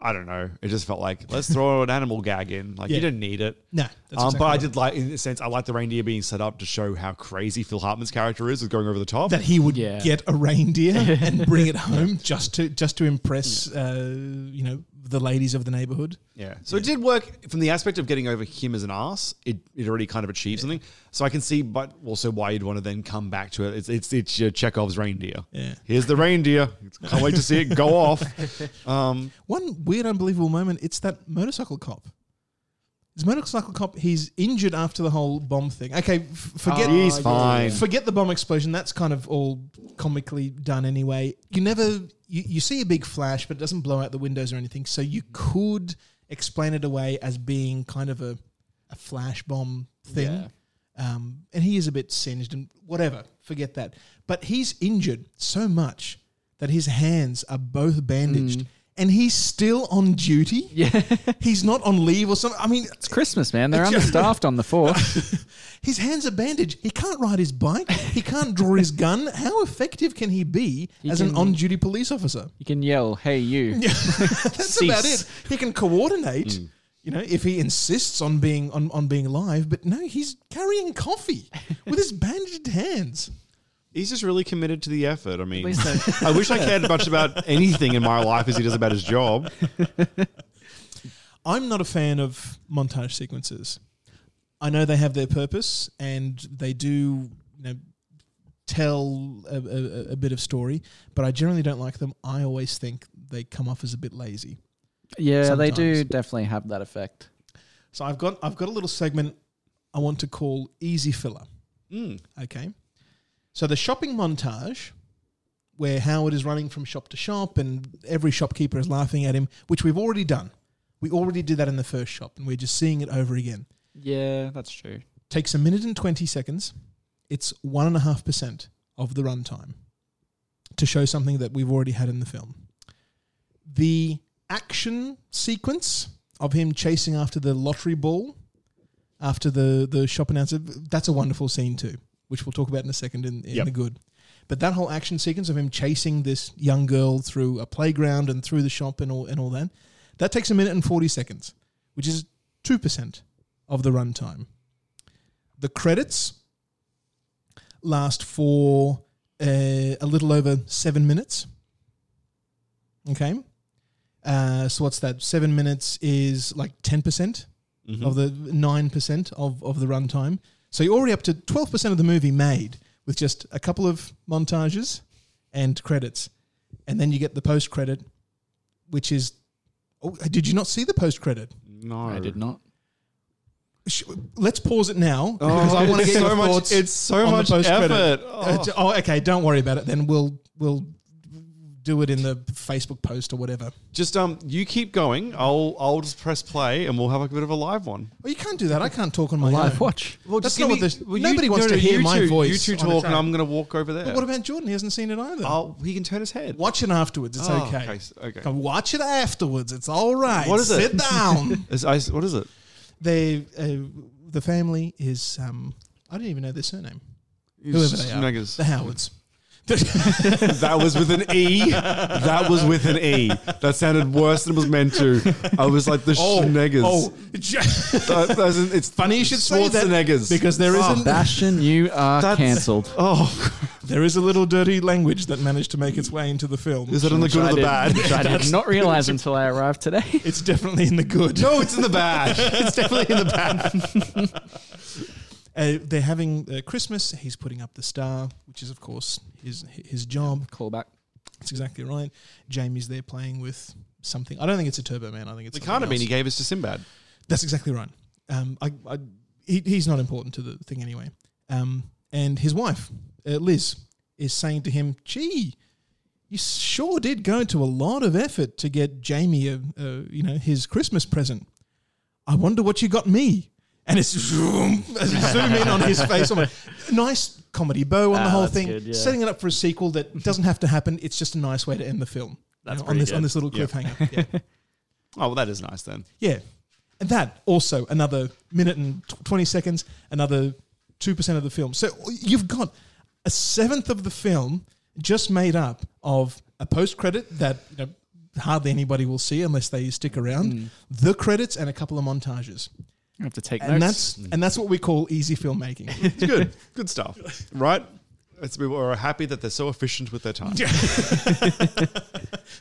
I don't know. It just felt like let's throw an animal gag in. Like
Yeah.
you didn't need it.
No, that's
um, but
exactly
I
right.
did like in a sense. I like the reindeer being set up to show how crazy Phil Hartman's character is with going over the top.
That he would get a reindeer and bring it home just to just to impress, uh, you know, the ladies of the neighborhood.
Yeah. So it did work from the aspect of getting over him as an ass. It, it already kind of achieved something. So I can see, but also why you'd want to then come back to it. It's it's it's your Chekhov's reindeer.
Yeah.
Here's the reindeer. Can't wait to see it go off. Um,
One weird, unbelievable moment. It's that motorcycle cop. It's motorcycle cop. He's injured after the whole bomb thing. Okay, f- forget.
Oh, He's yeah. fine.
Forget the bomb explosion. That's kind of all comically done anyway. You never you, you see a big flash, but it doesn't blow out the windows or anything. So you could explain it away as being kind of a a flash bomb thing.
Yeah.
Um, and he is a bit singed and whatever. Forget that. But he's injured so much that his hands are both bandaged. And he's still on duty.
Mm. Yeah,
he's not on leave or something. I mean, it's
Christmas, man. They're understaffed on the fourth.
his hands are bandaged. He can't ride his bike. He can't draw his gun. How effective can he be
He
as an
can-
on duty police officer?
You can yell, "Hey, you!"
That's about it. He can coordinate,
Hmm.
you know, if he insists on being on, on being live, but no, he's carrying coffee with his bandaged hands.
he's just really committed to the effort. I mean,
least so.
I wish I cared much about anything in my life as he does about his job.
I'm not a fan of montage sequences. I know they have their purpose and they do, you know, tell a, a, a bit of story, but I generally don't like them. I always think they come off as a bit lazy.
Yeah, they
Sometimes.
do definitely have that effect.
So I've got I've got a little segment I want to call easy filler. Okay. So the shopping montage where Howard is running from shop to shop and every shopkeeper is laughing at him, which we've already done. We already did that in the first shop and we're just seeing it over again.
Yeah, that's true.
Takes a minute and 20 seconds. It's 1.5% of the runtime to show something that we've already had in the film. The action sequence of him chasing after the lottery ball after the, the shop announcer, that's a wonderful scene too, which we'll talk about in a second in, in
Yep.
the good. But that whole action sequence of him chasing this young girl through a playground and through the shop and all, and all that, that takes a minute and 40 seconds, which is 2% of the runtime. The credits last for uh, a little over seven minutes. Okay. Uh, so what's that? Seven minutes is like 10% percent
Mhm.
of the 9% of, of the runtime. So you're already up to 12% of the movie made with just a couple of montages and credits. And then you get the post credit, which is. Oh, did you not see the post credit?
No,
I did not.
Sh- Let's pause it now
Oh,
because I want to
it's
get
so
your
much-
thoughts.
it's so
on the
much
post-credit.
effort.
Uh, j- Oh. okay. Don't worry about it. Then we'll we'll do it in the Facebook post or whatever.
Just um, you keep going. I'll I'll just press play and we'll have a bit of a live one.
Well, you can't do that. I can't talk on my
live
own.
watch.
Well, That's
Just
not
give
what
me-
this.
well, you-
nobody wants
no, no,
to hear
you
my
two-
voice.
You two
on its
talk, and
own.
I'm going to walk over there.
But what about Jordan? He hasn't seen it either.
Oh, he can turn his head.
Watch it afterwards. It's
Oh,
okay.
okay, s- okay.
Go Watch it afterwards. It's all right.
What is it?
Sit down.
Is- I- what is it?
they uh, the family is um, I didn't even know their surname.
It's
Whoever
just
they are,
Nuggets.
the Howards.
that was with an E. That was with an E. That sounded worse than it was meant to. I was like the
Oh,
Schneggers.
oh.
That- that's- it's
funny you should say that
Schwarzeneggers.
because there is
Oh.
an-
Bastion, you are
That's-
cancelled.
Oh,
There is a little dirty language that managed to make its way into the film.
Is it in the good or the bad?
Which I did not realize until I arrived today.
It's definitely in the good.
No, it's in the bad. It's definitely in the bad.
Uh, they're having uh, Christmas. He's putting up the star, which is, of course, his his job.
Callback.
That's exactly right. Jamie's there playing with something. I don't think it's a Turbo Man. I think it's
The cardamine he gave us to Sinbad.
That's exactly right. Um, I, I, he, he's not important to the thing anyway. Um, and his wife, uh, Liz, is saying to him, "Gee, you sure did go to a lot of effort to get Jamie, a, a, you know, his Christmas present. I wonder what you got me." And it's zoom, zoom in on his face. I'm like, nice comedy bow on
Ah,
the whole
that's
thing,
good, yeah.
setting it up for a sequel that doesn't have to happen. It's just a nice way to end the film. you
That's
know, on
pretty
this on
good.
this little
Yeah.
cliffhanger.
Oh, well, that is nice then.
Yeah. And that also another minute and tw- 20 seconds, another 2% of the film. So uh, you've got a seventh of the film just made up of a post credit that you know, hardly anybody will see unless they stick around,
Mm.
the credits, and a couple of montages.
I have to take
and
notes.
That's, and that's what we call easy filmmaking. It's
good. Good stuff. Right? It's, we are happy that they're so efficient with their time.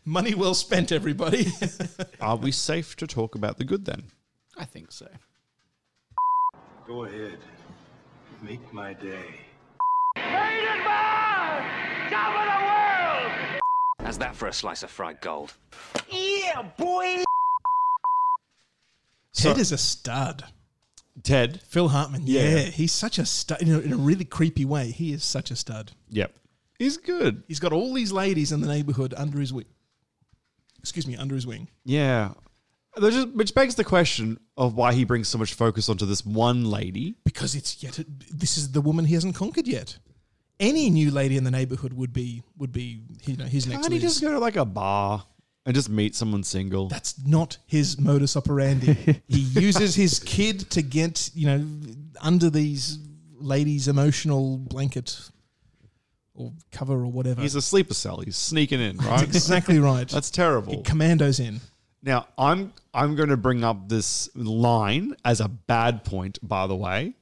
Money well spent, everybody.
are we safe to talk about the good then?
I think so.
Go ahead. Make my day.
How's that for a slice of fried gold?
Yeah, boy.
Ted is a stud.
Ted.
Phil Hartman.
Yeah.
Yeah. He's such a stud. You know, in a really creepy way, he is such a stud.
Yep. He's good.
He's got all these ladies in the neighborhood under his wing. Excuse me, under his wing.
Yeah. There's just- which begs the question of why he brings so much focus onto this one lady.
Because it's yet this is the woman he hasn't conquered yet. Any new lady in the neighborhood would be would be you know his next.
Can't he just go to like a bar and just meet someone single?
That's not his modus operandi. he uses his kid to get you know under these ladies' emotional blanket or cover or whatever.
He's a sleeper cell. He's sneaking in, right?
That's exactly right.
That's terrible.
commandos in.
Now I'm I'm going to bring up this line as a bad point, by the way.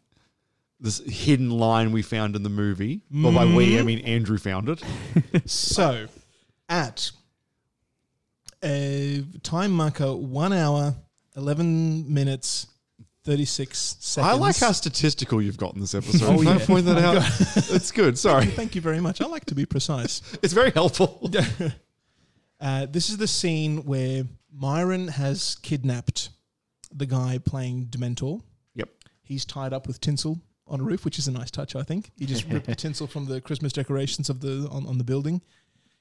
This hidden line we found in the movie. Well, by we, I
Mhm.
mean Andrew found it.
So, at a time marker, one hour, 11 minutes, 36 seconds.
I like how statistical you've got in this episode.
Oh,
Can I
yeah.
point that
Oh,
out?
God.
it's good. Sorry.
Thank you very much. I like to be precise.
It's very helpful.
uh, this is the scene where Myron has kidnapped the guy playing Dementor.
Yep.
He's tied up with tinsel on a roof, which is a nice touch, I think. He just ripped tinsel from the Christmas decorations of the on, on the building.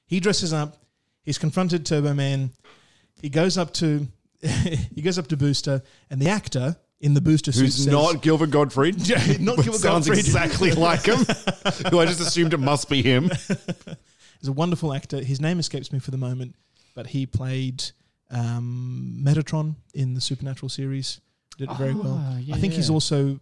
He dresses up. He's confronted Turbo Man. He goes up to he goes up to Booster, and the actor in the Booster suit
Who's
says-
not Gilbert Gottfried?
Yeah, not
But
Gilbert
sounds
Gottfried.
exactly like him. who I just assumed it must be him.
He's a wonderful actor. His name escapes me for the moment, but he played um, Metatron in the Supernatural series. Did it very well.
Ah,
I think he's
yeah.
also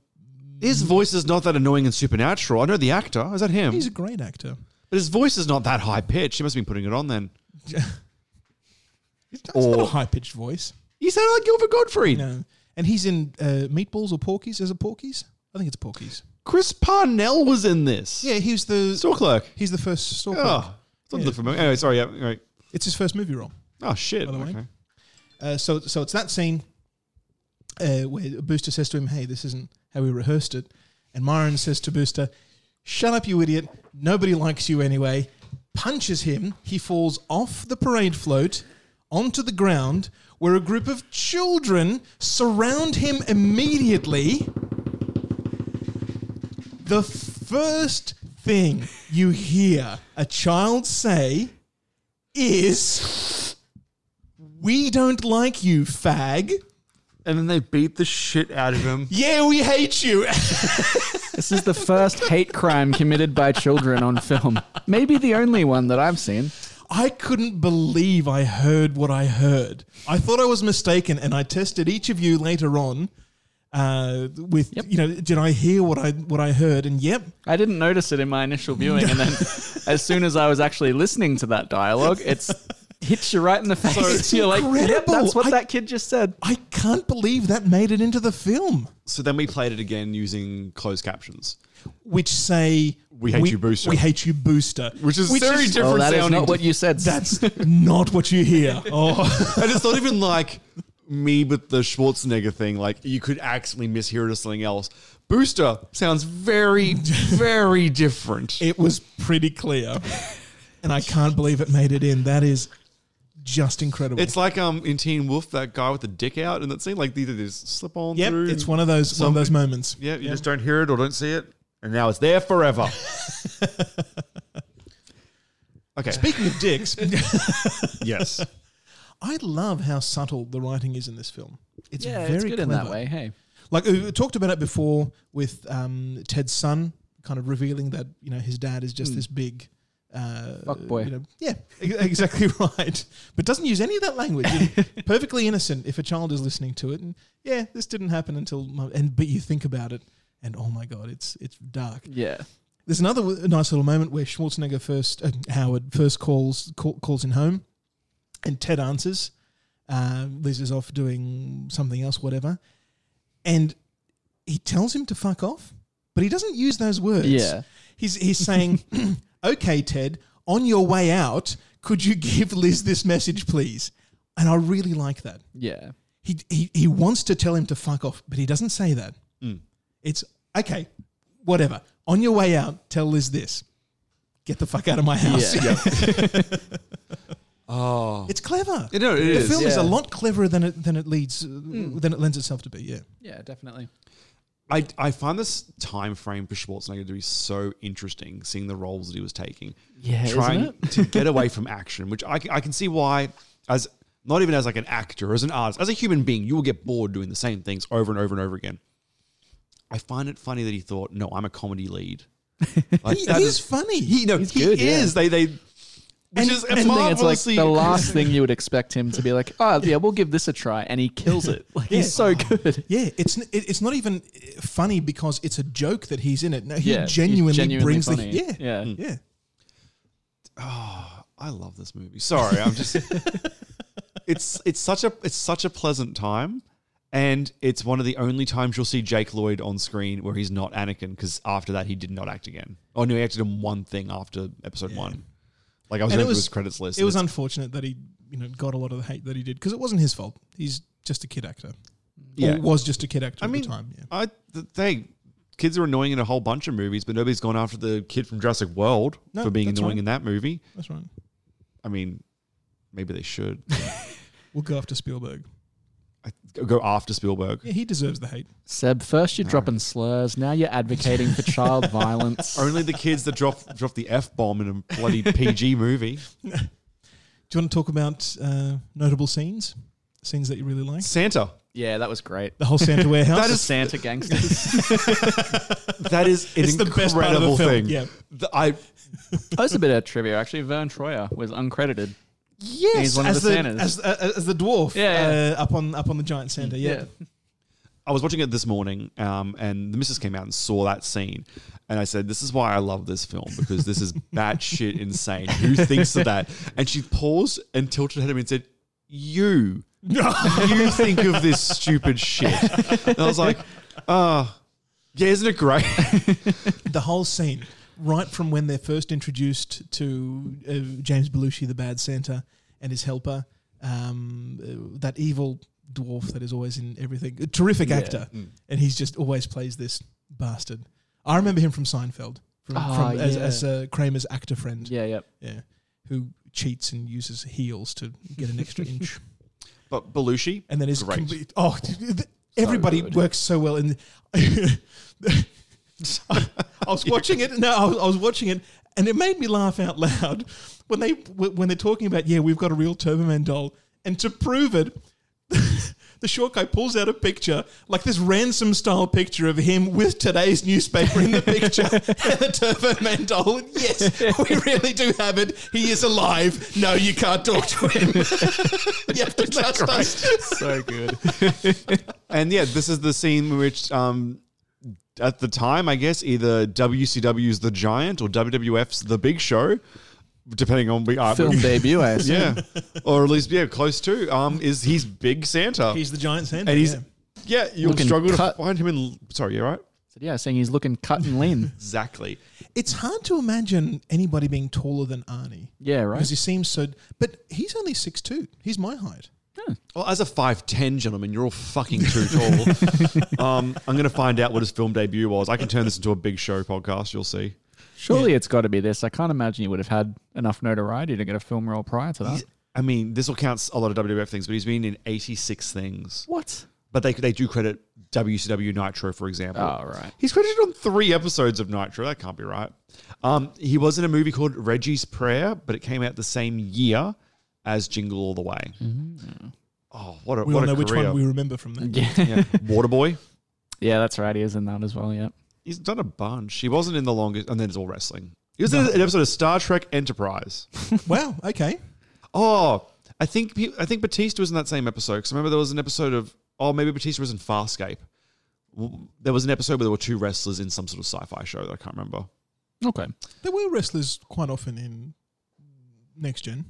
His voice is not that annoying and supernatural. I know the actor. Is that him?
he's a great actor.
but his voice is not that high pitched. He must have been putting it on then.
It's
Or-
not a high pitched voice.
You sound like Gilbert Godfrey.
No, and he's in uh, Meatballs or Porkies. Is it Porkies? I think it's Porkies.
Chris Parnell was in this.
Yeah, he was the
store clerk.
He's the first store clerk.
Oh, it's not
Yeah.
look familiar. Anyway, sorry. Yeah, right.
It's his first movie role.
Oh shit.
By the way.
Okay.
Uh, so so it's that scene uh, where Booster says to him, "Hey, this isn't how we rehearsed it," and Myron says to Booster, "Shut up, you idiot! Nobody likes you anyway." Punches him. He falls off the parade float onto the ground, where a group of children surround him immediately. The first thing you hear a child say is, "We don't like you, fag."
And then they beat the shit out of him.
Yeah, we hate you.
This is the first hate crime committed by children on film. Maybe the only one that I've seen.
I couldn't believe I heard what I heard. I thought I was mistaken, and I tested each of you later on. Uh, with you know, did I hear what I what I heard? And yep,
I didn't notice it in my initial viewing, and then as soon as I was actually listening to that dialogue, it's hits you right in the face.
It's
You're like, "Yep,
incredible.
that's what
I-
that kid just said.
I can't believe that made it into the film.
So then we played it again using closed captions.
Which say
We hate you, Booster.
We hate you, Booster.
Which is very different Well, that is sounding not to- what you said.
That's not what you hear. Oh,
and it's not even like me with the Schwarzenegger thing. Like you could accidentally mishear it or something else. Booster sounds very, very different.
It was pretty clear. and I can't believe it made it in. That is just incredible.
It's like um in Teen Wolf, that guy with the dick out, and that scene like either just slip on
Yep,
through.
it's one of those- one of those
something.
moments.
Yeah, you
Yeah.
just don't hear it or don't see it, and now it's there forever. okay.
Speaking of dicks,
yes,
I love how subtle the writing is in this film. It's
Yeah, it's
very
good in
clever.
that way, hey.
like we we talked about it before with um, Ted's son, kind of revealing that you know his dad is just
Hmm.
this big. Uh,
Fuckboy.
you know, yeah, e- exactly right. But doesn't use any of that language. It's perfectly innocent if a child is listening to it. And yeah, this didn't happen until. Mum- and but you think about it, and oh my god, it's it's dark.
Yeah.
There's another w- nice little moment where Schwarzenegger first, uh, Howard first calls call, calls in home, and Ted answers. Uh, Liz is off doing something else, whatever, and he tells him to fuck off, but he doesn't use those words.
Yeah.
he's he's saying, "Okay, Ted, on your way out, could you give Liz this message, please?" And I really like that.
Yeah.
He he he wants to tell him to fuck off, but he doesn't say that. It's okay, whatever. On your way out, tell Liz this. Get the fuck out of my house.
Yeah. Oh,
it's clever.
You know, it
the
is.
film is a
Yeah.
lot cleverer than it than it leads uh, than it lends itself to be. Yeah.
Yeah, definitely.
I, I find this time frame for Schwarzenegger to be so interesting, seeing the roles that he was taking.
Yeah, isn't
trying
it?
to get away from action, which I, can- I can see why, as not even as like an actor, as an artist, as a human being, you will get bored doing the same things over and over and over again. I find it funny that he thought, "No, I'm a comedy lead." Like,
He
that
is
is-
funny.
He no,
He's
he
good, yeah.
is. They they. Which
And
is
I think it's like
marvelously-
the last thing you would expect him to be like, oh, yeah, we'll give this a try. And he kills it. Like, he's so good.
Yeah, it's n- it- it's not even uh, funny because it's a joke that he's in it. No, he
Yeah, he's
genuinely,
genuinely
brings
funny.
the yeah
Yeah. Mm.
yeah.
I love this movie. Sorry, I'm just. it's it's such a it's such a pleasant time, and it's one of the only times you'll see Jake Lloyd on screen where he's not Anakin because after that he did not act again. Oh no, he acted in one thing after Episode One. Like I was
And
going through his credits list.
It
and
was
it's-
unfortunate that he you know got a lot of the hate that he did because it wasn't his fault. He's just a kid actor.
Yeah.
Or was just a kid actor
I
at
mean,
the time. Yeah.
I th- hey, kids are annoying in a whole bunch of movies, but nobody's gone after the kid from Jurassic World
No,
for being
that's
annoying
right.
in that movie.
That's right.
I mean, maybe they should
We'll go after Spielberg.
go after Spielberg.
Yeah, he deserves the hate.
Seb, first you're dropping slurs. Now you're advocating for child violence.
Only the kids that drop drop the f bomb in a bloody PG movie.
Do you want to talk about uh, notable scenes? Scenes that you really like?
Santa.
Yeah, that was great.
The whole Santa warehouse.
that is Santa gangsters.
That is an
It's the
incredible
best part of the film,
thing.
yeah.
The- I
oh, that's a bit of trivia, actually. Vern Troyer was uncredited.
Yes,
He's one of
as
the
the
Santas.
as, uh, as the dwarf
Yeah,
Uh, up on up on the giant Santa. Yeah.
I was watching it this morning, um, and the missus came out and saw that scene, and I said, "This is why I love this film because this is batshit insane. Who thinks of that?" And she paused and tilted her head at me and said, "You, you think of this stupid shit?" And I was like, "Ah, yeah, isn't it great?"
the whole scene, right from when they're first introduced to uh, James Belushi, the bad Santa, and his helper, um, uh, that evil dwarf that is always in everything. A terrific
Yeah.
actor,
Mm.
and he's just always plays this bastard. I remember him from Seinfeld, from,
Ah,
from as,
yeah.
as uh, Kramer's actor friend.
Yeah, yeah,
yeah, who cheats and uses heels to get an extra inch.
But Belushi,
and then is
great.
complete. Oh, dude, th- everybody
good.
works so well in. I was watching it. No, I was, I was watching it, and it made me laugh out loud when they when they're talking about yeah, we've got a real Turbo Man doll, and to prove it. The short guy pulls out a picture, like this ransom style picture of him with today's newspaper in the picture and the Turbo Man doll. And Yes, we really do have it. He is alive. No, you can't talk to him. you have to trust us.
So good.
and yeah, this is the scene which, um, at the time, I guess either WCW's The Giant or WWF's The Big Show, depending on we are
Film debut, I assume.
yeah, or at least yeah, close to. Um, is he's Big Santa?
He's the giant Santa.
and he's
yeah.
yeah, you'll
Looking
struggle to
cut.
find him in. Sorry, you're right.
But yeah, saying he's looking cut and lean.
Exactly.
It's hard to imagine anybody being taller than Arnie.
Yeah, right.
Because he seems so. But he's only 6'2. He's my height.
Well, as a five ten gentleman, you're all fucking too tall. um, I'm going to find out what his film debut was. I can turn this into a Big Show podcast. You'll see.
Surely it's got to be this. I can't imagine you would have had enough notoriety to get a film role prior to that.
I mean, this will count a lot of WWF things, but he's been in 86 things.
What?
But they they do credit WCW Nitro, for example.
Oh, right.
He's credited on three episodes of Nitro. That can't be right. Um, he was in a movie called Reggie's Prayer, but it came out the same year as Jingle All the Way.
Mm-hmm.
Oh, what a
we
what
all
a
know which
career.
one we remember from that.
yeah. Waterboy.
Yeah, that's right. He is in that as well. Yeah.
He's done a bunch. He wasn't in the longest, and then it's all wrestling. He was in an episode of Star Trek Enterprise.
wow. Okay.
Oh, I think pe- I think Batista was in that same episode because I remember there was an episode of oh maybe Batista was in Farscape. W- There was an episode where there were two wrestlers in some sort of sci-fi show that I can't remember.
Okay.
There were wrestlers quite often in next gen.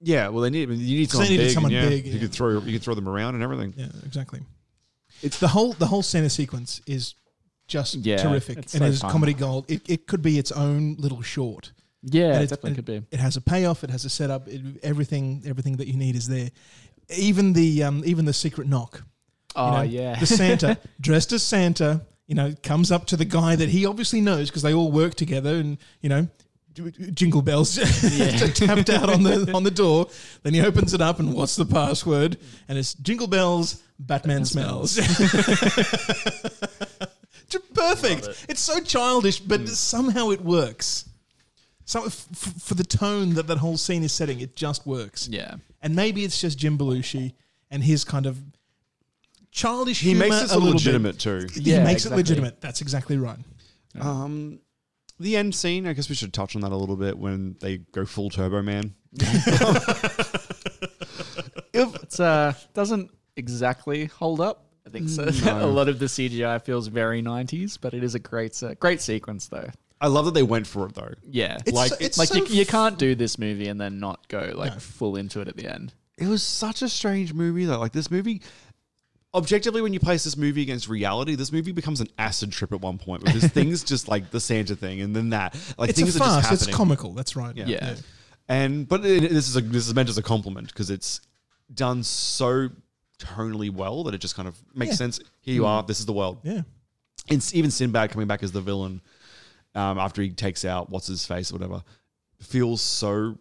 Yeah, well they need you need
So they
someone
needed
big. and
someone
yeah,
big,
You
yeah.
could throw you could throw them around and everything.
Yeah, exactly. It's the whole the whole center sequence is just
Yeah,
terrific,
it's
and
so
it's
fun.
comedy gold. It, it could be its own little short.
Yeah,
And
it
it's-
definitely
and
could be.
It has a payoff. It has a setup. It, everything everything that you need is there. Even the um, even the secret knock. You
Oh,
know,
yeah.
the Santa dressed as Santa. You know, comes up to the guy that he obviously knows because they all work together, and you know. j- j- Jingle bells tapped out on the on the door. Then he opens it up, and what's the password? And it's jingle bells, Batman smells. J- Perfect. It's so childish, but somehow it works. So f- f- for the tone that that whole scene is setting, it just works.
Yeah.
And maybe it's just Jim Belushi and his kind of childish
He
humor
makes it
a little
legitimate
bit.
too.
he makes it legitimate. That's exactly right.
Um, the end scene. I guess we should touch on that a little bit when they go full Turbo Man.
It's uh doesn't exactly hold up. I think so.
No.
a lot of the CGI feels very 90s, but it is a great uh, great sequence though.
I love that they went for it though.
Yeah,
It's
like
so- it's
like
so
you, you can't do this movie and then not go like full into it at the end.
It was such a strange movie though. Like this movie, objectively, when you place this movie against reality, this movie becomes an acid trip at one point because things just like the Santa thing and then that. Like
It's a
things are just
farce. It's
happening.
comical. That's right.
Yeah.
Yeah.
And but it, this is a, this is meant as a compliment because it's done so tonally well that it just kind of makes
Yeah.
sense. Here you
Mm.
are. This is the world.
Yeah.
And even Sinbad coming back as the villain um, after he takes out what's his face or whatever feels so.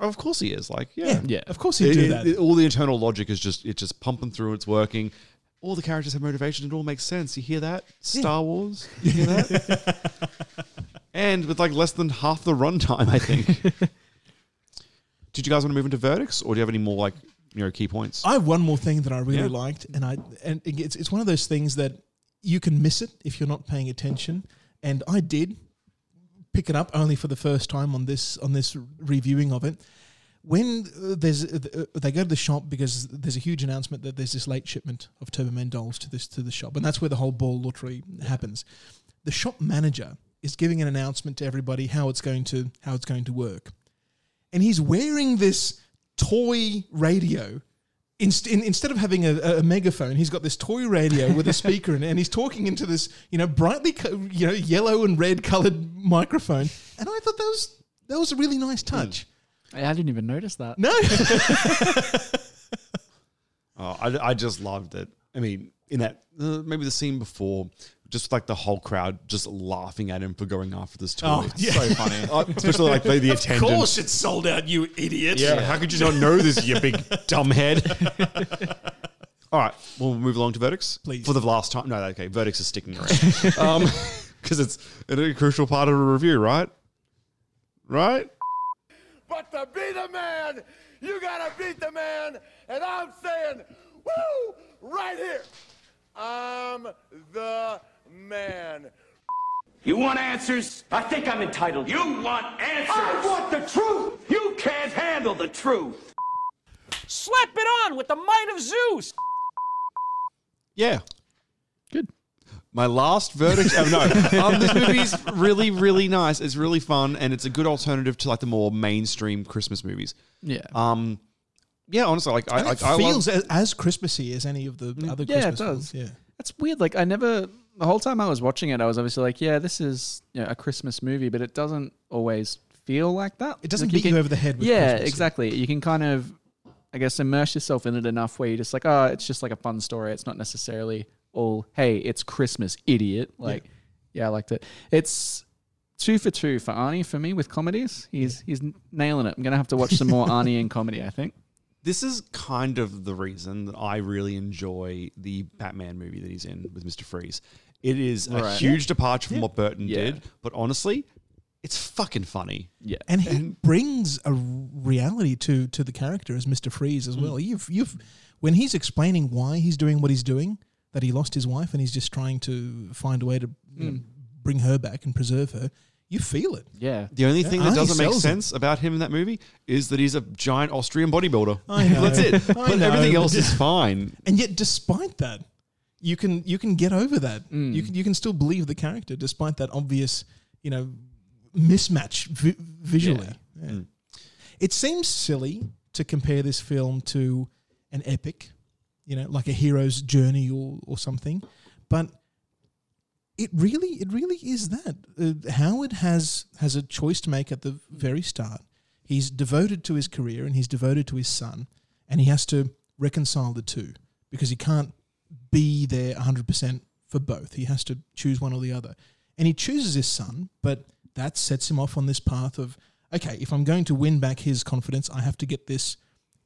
Of course he is. Like yeah,
Yeah, of course he'd
It-
do
it-
that.
it- all the internal logic is just it's just pumping through. It's working. All the characters have motivation. It all makes sense. You hear that? Star Wars. You hear that? and with like less than half the runtime, I think. Did you guys want to move into verdicts, or do you have any more like you know key points?
I have one more thing that I really
Yeah.
liked, and I and it- it's it's one of those things that you can miss it if you're not paying attention, and I did pick it up only for the first time on this on this reviewing of it. When uh, there's uh, they go to the shop because there's a huge announcement that there's this late shipment of Turboman dolls to this to the shop, and that's where the whole ball lottery happens. The shop manager is giving an announcement to everybody how it's going to how it's going to work and he's wearing this toy radio. Inst- in, instead of having a, a megaphone, he's got this toy radio with a speaker in it, and he's talking into this, you know, brightly, co- you know, yellow and red colored microphone. And I thought that was that was a really nice touch.
I didn't even notice that.
No,
Oh, I, I just loved it. I mean, in that uh, maybe the scene before, just like the whole crowd just laughing at him for going after this toy.
Oh,
it's
yeah.
so funny, Uh, especially like the, the
of
attendant.
course it's sold out, you idiot.
Yeah, how could you not know this, you big dumbhead? All right, we'll move along to verdicts, please. For the last time, no, okay, verdicts is sticking around because it's a crucial part of a review, right? Right?
But to be the man, you gotta beat the man, and I'm saying, woo, right here. I'm the man.
You want answers? I think I'm entitled. You want answers? I want the truth. You can't handle the truth.
Slap it on with the might of Zeus.
Yeah. Good. My last verdict. Oh, no. um, this movie's really, really nice. It's really fun, and it's a good alternative to like the more mainstream Christmas movies.
Yeah.
Um. Yeah. Honestly, like I,
And it
I, I
feels
love-
as, as Christmassy as any of the other
yeah,
Christmas
it
ones.
does.
Yeah.
That's weird. Like I never the whole time I was watching it, I was obviously like, yeah, this is you know, a Christmas movie, but it doesn't always feel like that.
It doesn't
Like,
beat you over the head with
yeah,
Christmas.
exactly. You can kind of, I guess, immerse yourself in it enough where you're just like, oh, it's just like a fun story. It's not necessarily all, hey, it's Christmas, idiot. Like, yeah, I liked it. It's two for two for Arnie for me with comedies. He's he's nailing it. I'm gonna have to watch some more Arnie in comedy. I think.
This is kind of the reason that I really enjoy the Batman movie that he's in with Mr. Freeze. It is a
Right.
huge departure from what Burton
Yeah.
did, but honestly, it's fucking funny.
Yeah.
And he brings a reality to to the character as Mister Freeze as well. You've you've when he's explaining why he's doing what he's doing, that he lost his wife and he's just trying to find a way to you know,
Mm.
bring her back and preserve her. You feel it.
Yeah.
The only thing that
Arnie
doesn't make
sells it.
sense about him in that movie is that he's a giant Austrian bodybuilder.
I know.
That's it.
I
but
know,
everything
but-
else is fine.
And yet, despite that, you can you can get over that. You can you can still believe the character despite that obvious you know mismatch vi- visually. Yeah. It seems silly to compare this film to an epic, you know, like a hero's journey or or something, but it really it really is that uh, Howard has has a choice to make at the very start. He's devoted to his career and he's devoted to his son, and he has to reconcile the two because he can't be there 100% for both. He has to choose one or the other. And he chooses his son, but that sets him off on this path of okay, if I'm going to win back his confidence, I have to get this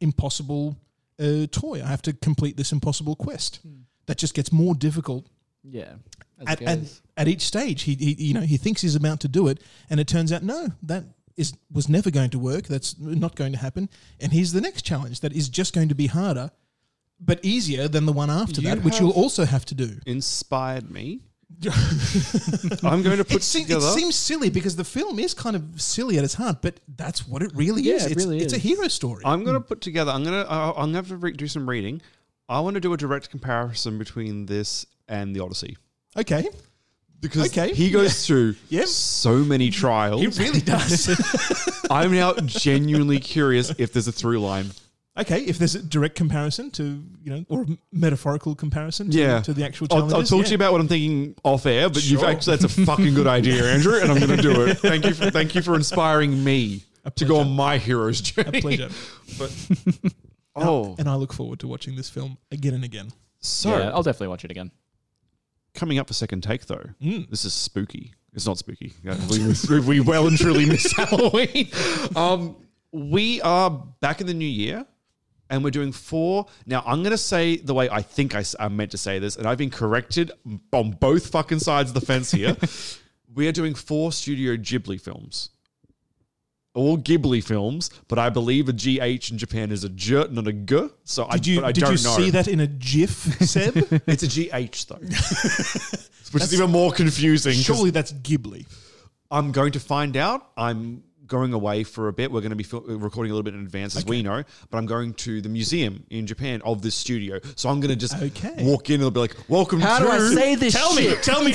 impossible uh, toy. I have to complete this impossible quest. That just gets more difficult
Yeah. As
at,
it
at,
goes.
at each stage he, he you know he thinks he's about to do it and it turns out no that is was never going to work that's not going to happen and here's the next challenge that is just going to be harder but easier than the one after
You
that which you'll
have
also have to do
Inspired me. I'm going to put
it, se- it
together-
seems silly because the film is kind of silly at its heart but that's what it really
Yeah,
is
it
it's,
really
it's a
is.
hero story
I'm going to put together. I'm going to. I'm going to have to re- do some reading. I want to do a direct comparison between this and the Odyssey
okay
because
Okay.
he goes through
Yep.
so many trials.
it really does
I'm now genuinely curious if there's a through line.
Okay, if there's a direct comparison to you know, or a metaphorical comparison, to,
Yeah,
to the actual
I'll,
challenges.
I'll talk
yeah.
to you about what I'm thinking off air, but you've
Sure.
actually that's a fucking good idea, Andrew, and I'm going to do it. Thank you. For, thank you for inspiring me to go on my hero's journey.
A pleasure.
But
Oh,
Oh.
and I look forward to watching this film again and again.
So- Yeah,
I'll definitely watch it again.
Coming up for second take though,
Mm.
this is spooky. It's not spooky. Yeah, Hmm. We, we well and truly miss Halloween. Um, we are back in the new year, and we're doing four. Now I'm going to say the way I think I, am meant to say this, and I've been corrected on both fucking sides of the fence here. we are doing four Studio Ghibli films. All Ghibli films, but I believe a GH in Japan is a jert, not a g. So I,
Did you
but I
did
don't
you
know.
see that in a GIF, Seb?
It's a GH though, which is even more confusing. 'cause
Surely that's Ghibli.
I'm going to find out. I'm going away for a bit. We're going to be fil- uh, recording a little bit in advance, as we know. But I'm going to the museum in Japan of this studio, so I'm going to just walk in and they'll be like, "Welcome."
How
to
do I say this
Tell
shit?"
me. Tell me.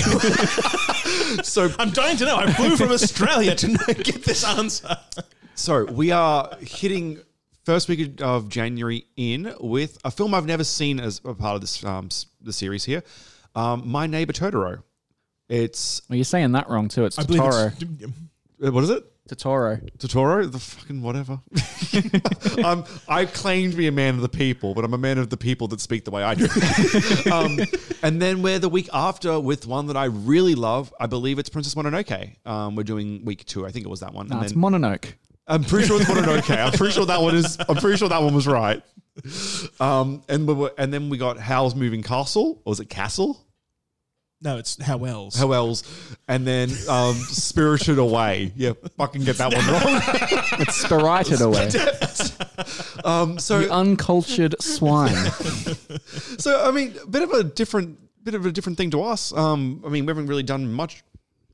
so
I'm dying to know. I flew from Australia to know- get this answer.
So we are hitting first week of January in with a film I've never seen as a part of this um, s- the series here. Um, My Neighbor Totoro. It's
Well, you're saying that wrong too. It's
I believe
Totoro.
it's- uh, what is it?
Totoro.
Totoro, the fucking whatever. um, I claim to be a man of the people, but I'm a man of the people that speak the way I do. um, and then we're the week after with one that I really love. I believe it's Princess Mononoke. Um, we're doing week two. I think it was that one.
No,
and
it's
then
Mononoke.
I'm pretty sure it's Mononoke. I'm pretty sure that one is. I'm pretty sure that one was right. Um, and we were, and then we got Howl's Moving Castle, or was it Castle?
No, it's how else?
Howells, and then um, Spirited Away. Yeah, fucking get that one wrong.
It's Spirited Away.
um, so
you uncultured swine.
so I mean, bit of a different, bit of a different thing to us. Um, I mean, we haven't really done much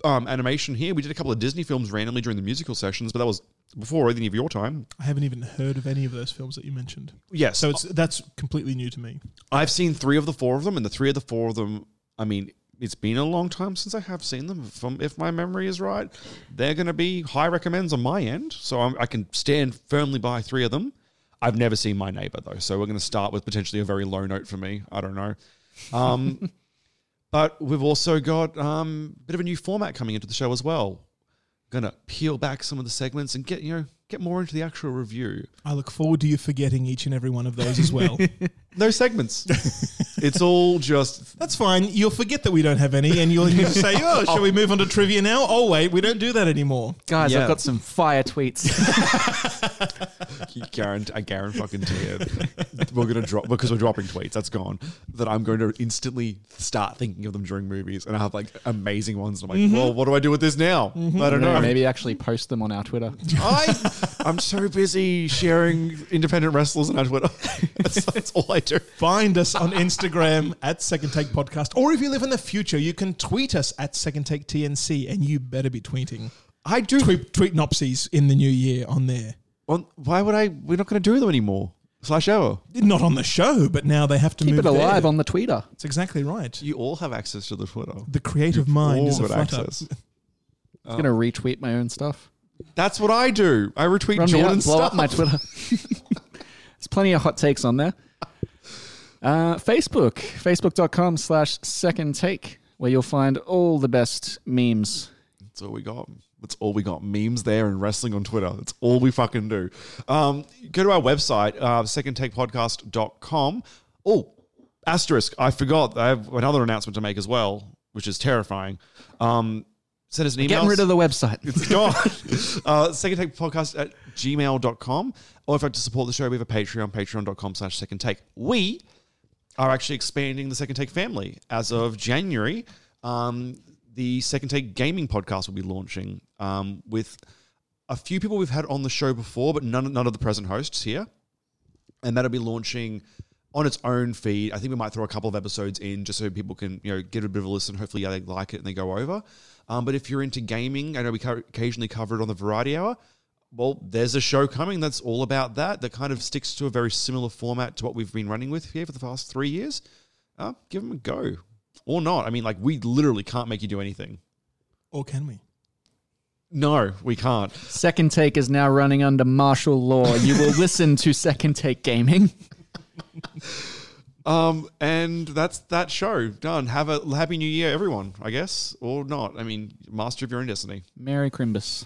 um, animation here. We did a couple of Disney films randomly during the musical sessions, but that was before any of your time.
I haven't even heard of any of those films that you mentioned.
Yes.
so it's that's completely new to me.
I've seen three of the four of them, and the three of the four of them. I mean, it's been a long time since I have seen them. If, um, if my memory is right, they're going to be high recommends on my end, so I'm, I can stand firmly by three of them. I've never seen my neighbor though, so we're going to start with potentially a very low note for me. I don't know. Um, but we've also got um, a bit of a new format coming into the show as well. Gonna peel back some of the segments and get you know get more into the actual review.
I look forward to you forgetting each and every one of those as well.
No segments. it's all just
That's fine. You'll forget that we don't have any, and you'll just say, "Oh, shall we move on to trivia now?" Oh wait, we don't do that anymore,
Guys, I've got some fire tweets.
guarantee, I guarantee fucking tear. we're gonna drop because we're dropping tweets. That's gone. That I'm going to instantly start thinking of them during movies, and I have like amazing ones. And I'm like,
Mhm.
well, what do I do with this now? I don't
No,
know.
Mm-hmm. Maybe actually post them on our Twitter.
I I'm so busy sharing independent wrestlers on our Twitter. That's, that's all I do.
Find us on Instagram at Second Take Podcast, or if you live in the future, you can tweet us at Second Take TNC, and you better be tweeting.
I do
tweet, tweet Nopsies in the new year on there.
Well, why would I? We're not going to do them anymore. Slash hour.
Not on the show, but now they have to move there.
the Twitter.
That's exactly right.
You all have access to the Twitter.
The creative mind
all
is a
got
flutter.
I'm going to
Oh.
retweet my own stuff.
That's what I do. I retweet
Run me
Jordan
up, blow
stuff.
up my Twitter. There's plenty of hot takes on there. Uh, Facebook, facebook.com slash second take, where you'll find all the best memes.
That's all we got. That's all we got. Memes there and wrestling on Twitter. That's all we fucking do. Um, go to our website, uh, secondtakepodcast.com. Oh, asterisk. I forgot. I have another announcement to make as well, which is terrifying. Um, send us an email.
Getting rid of the website.
It's gone. uh, second take podcast at gmail.com. Or if you'd like to support the show, we have a Patreon, patreon.com slash second take. We are actually expanding the second take family as of January. Um, the second take gaming podcast will be launching um, with a few people we've had on the show before, but none, none of the present hosts here and that'll be launching on its own feed. I think we might throw a couple of episodes in just so people can you know get a bit of a listen. Hopefully, yeah, they like it and they go over. Um, but if you're into gaming, I know we co- occasionally cover it on the Variety Hour. Well, there's a show coming that's all about that. That kind of sticks to a very similar format to what we've been running with here for the past three years. Uh, give them a go, or not. I mean, like we literally can't make you do anything.
Or can we?
No, we can't.
Second Take is now running under martial law. You will listen to Second Take Gaming.
Um, and that's that show done. Have a happy new year, everyone. I guess or not. I mean, master of your own destiny.
Merry Crimbus.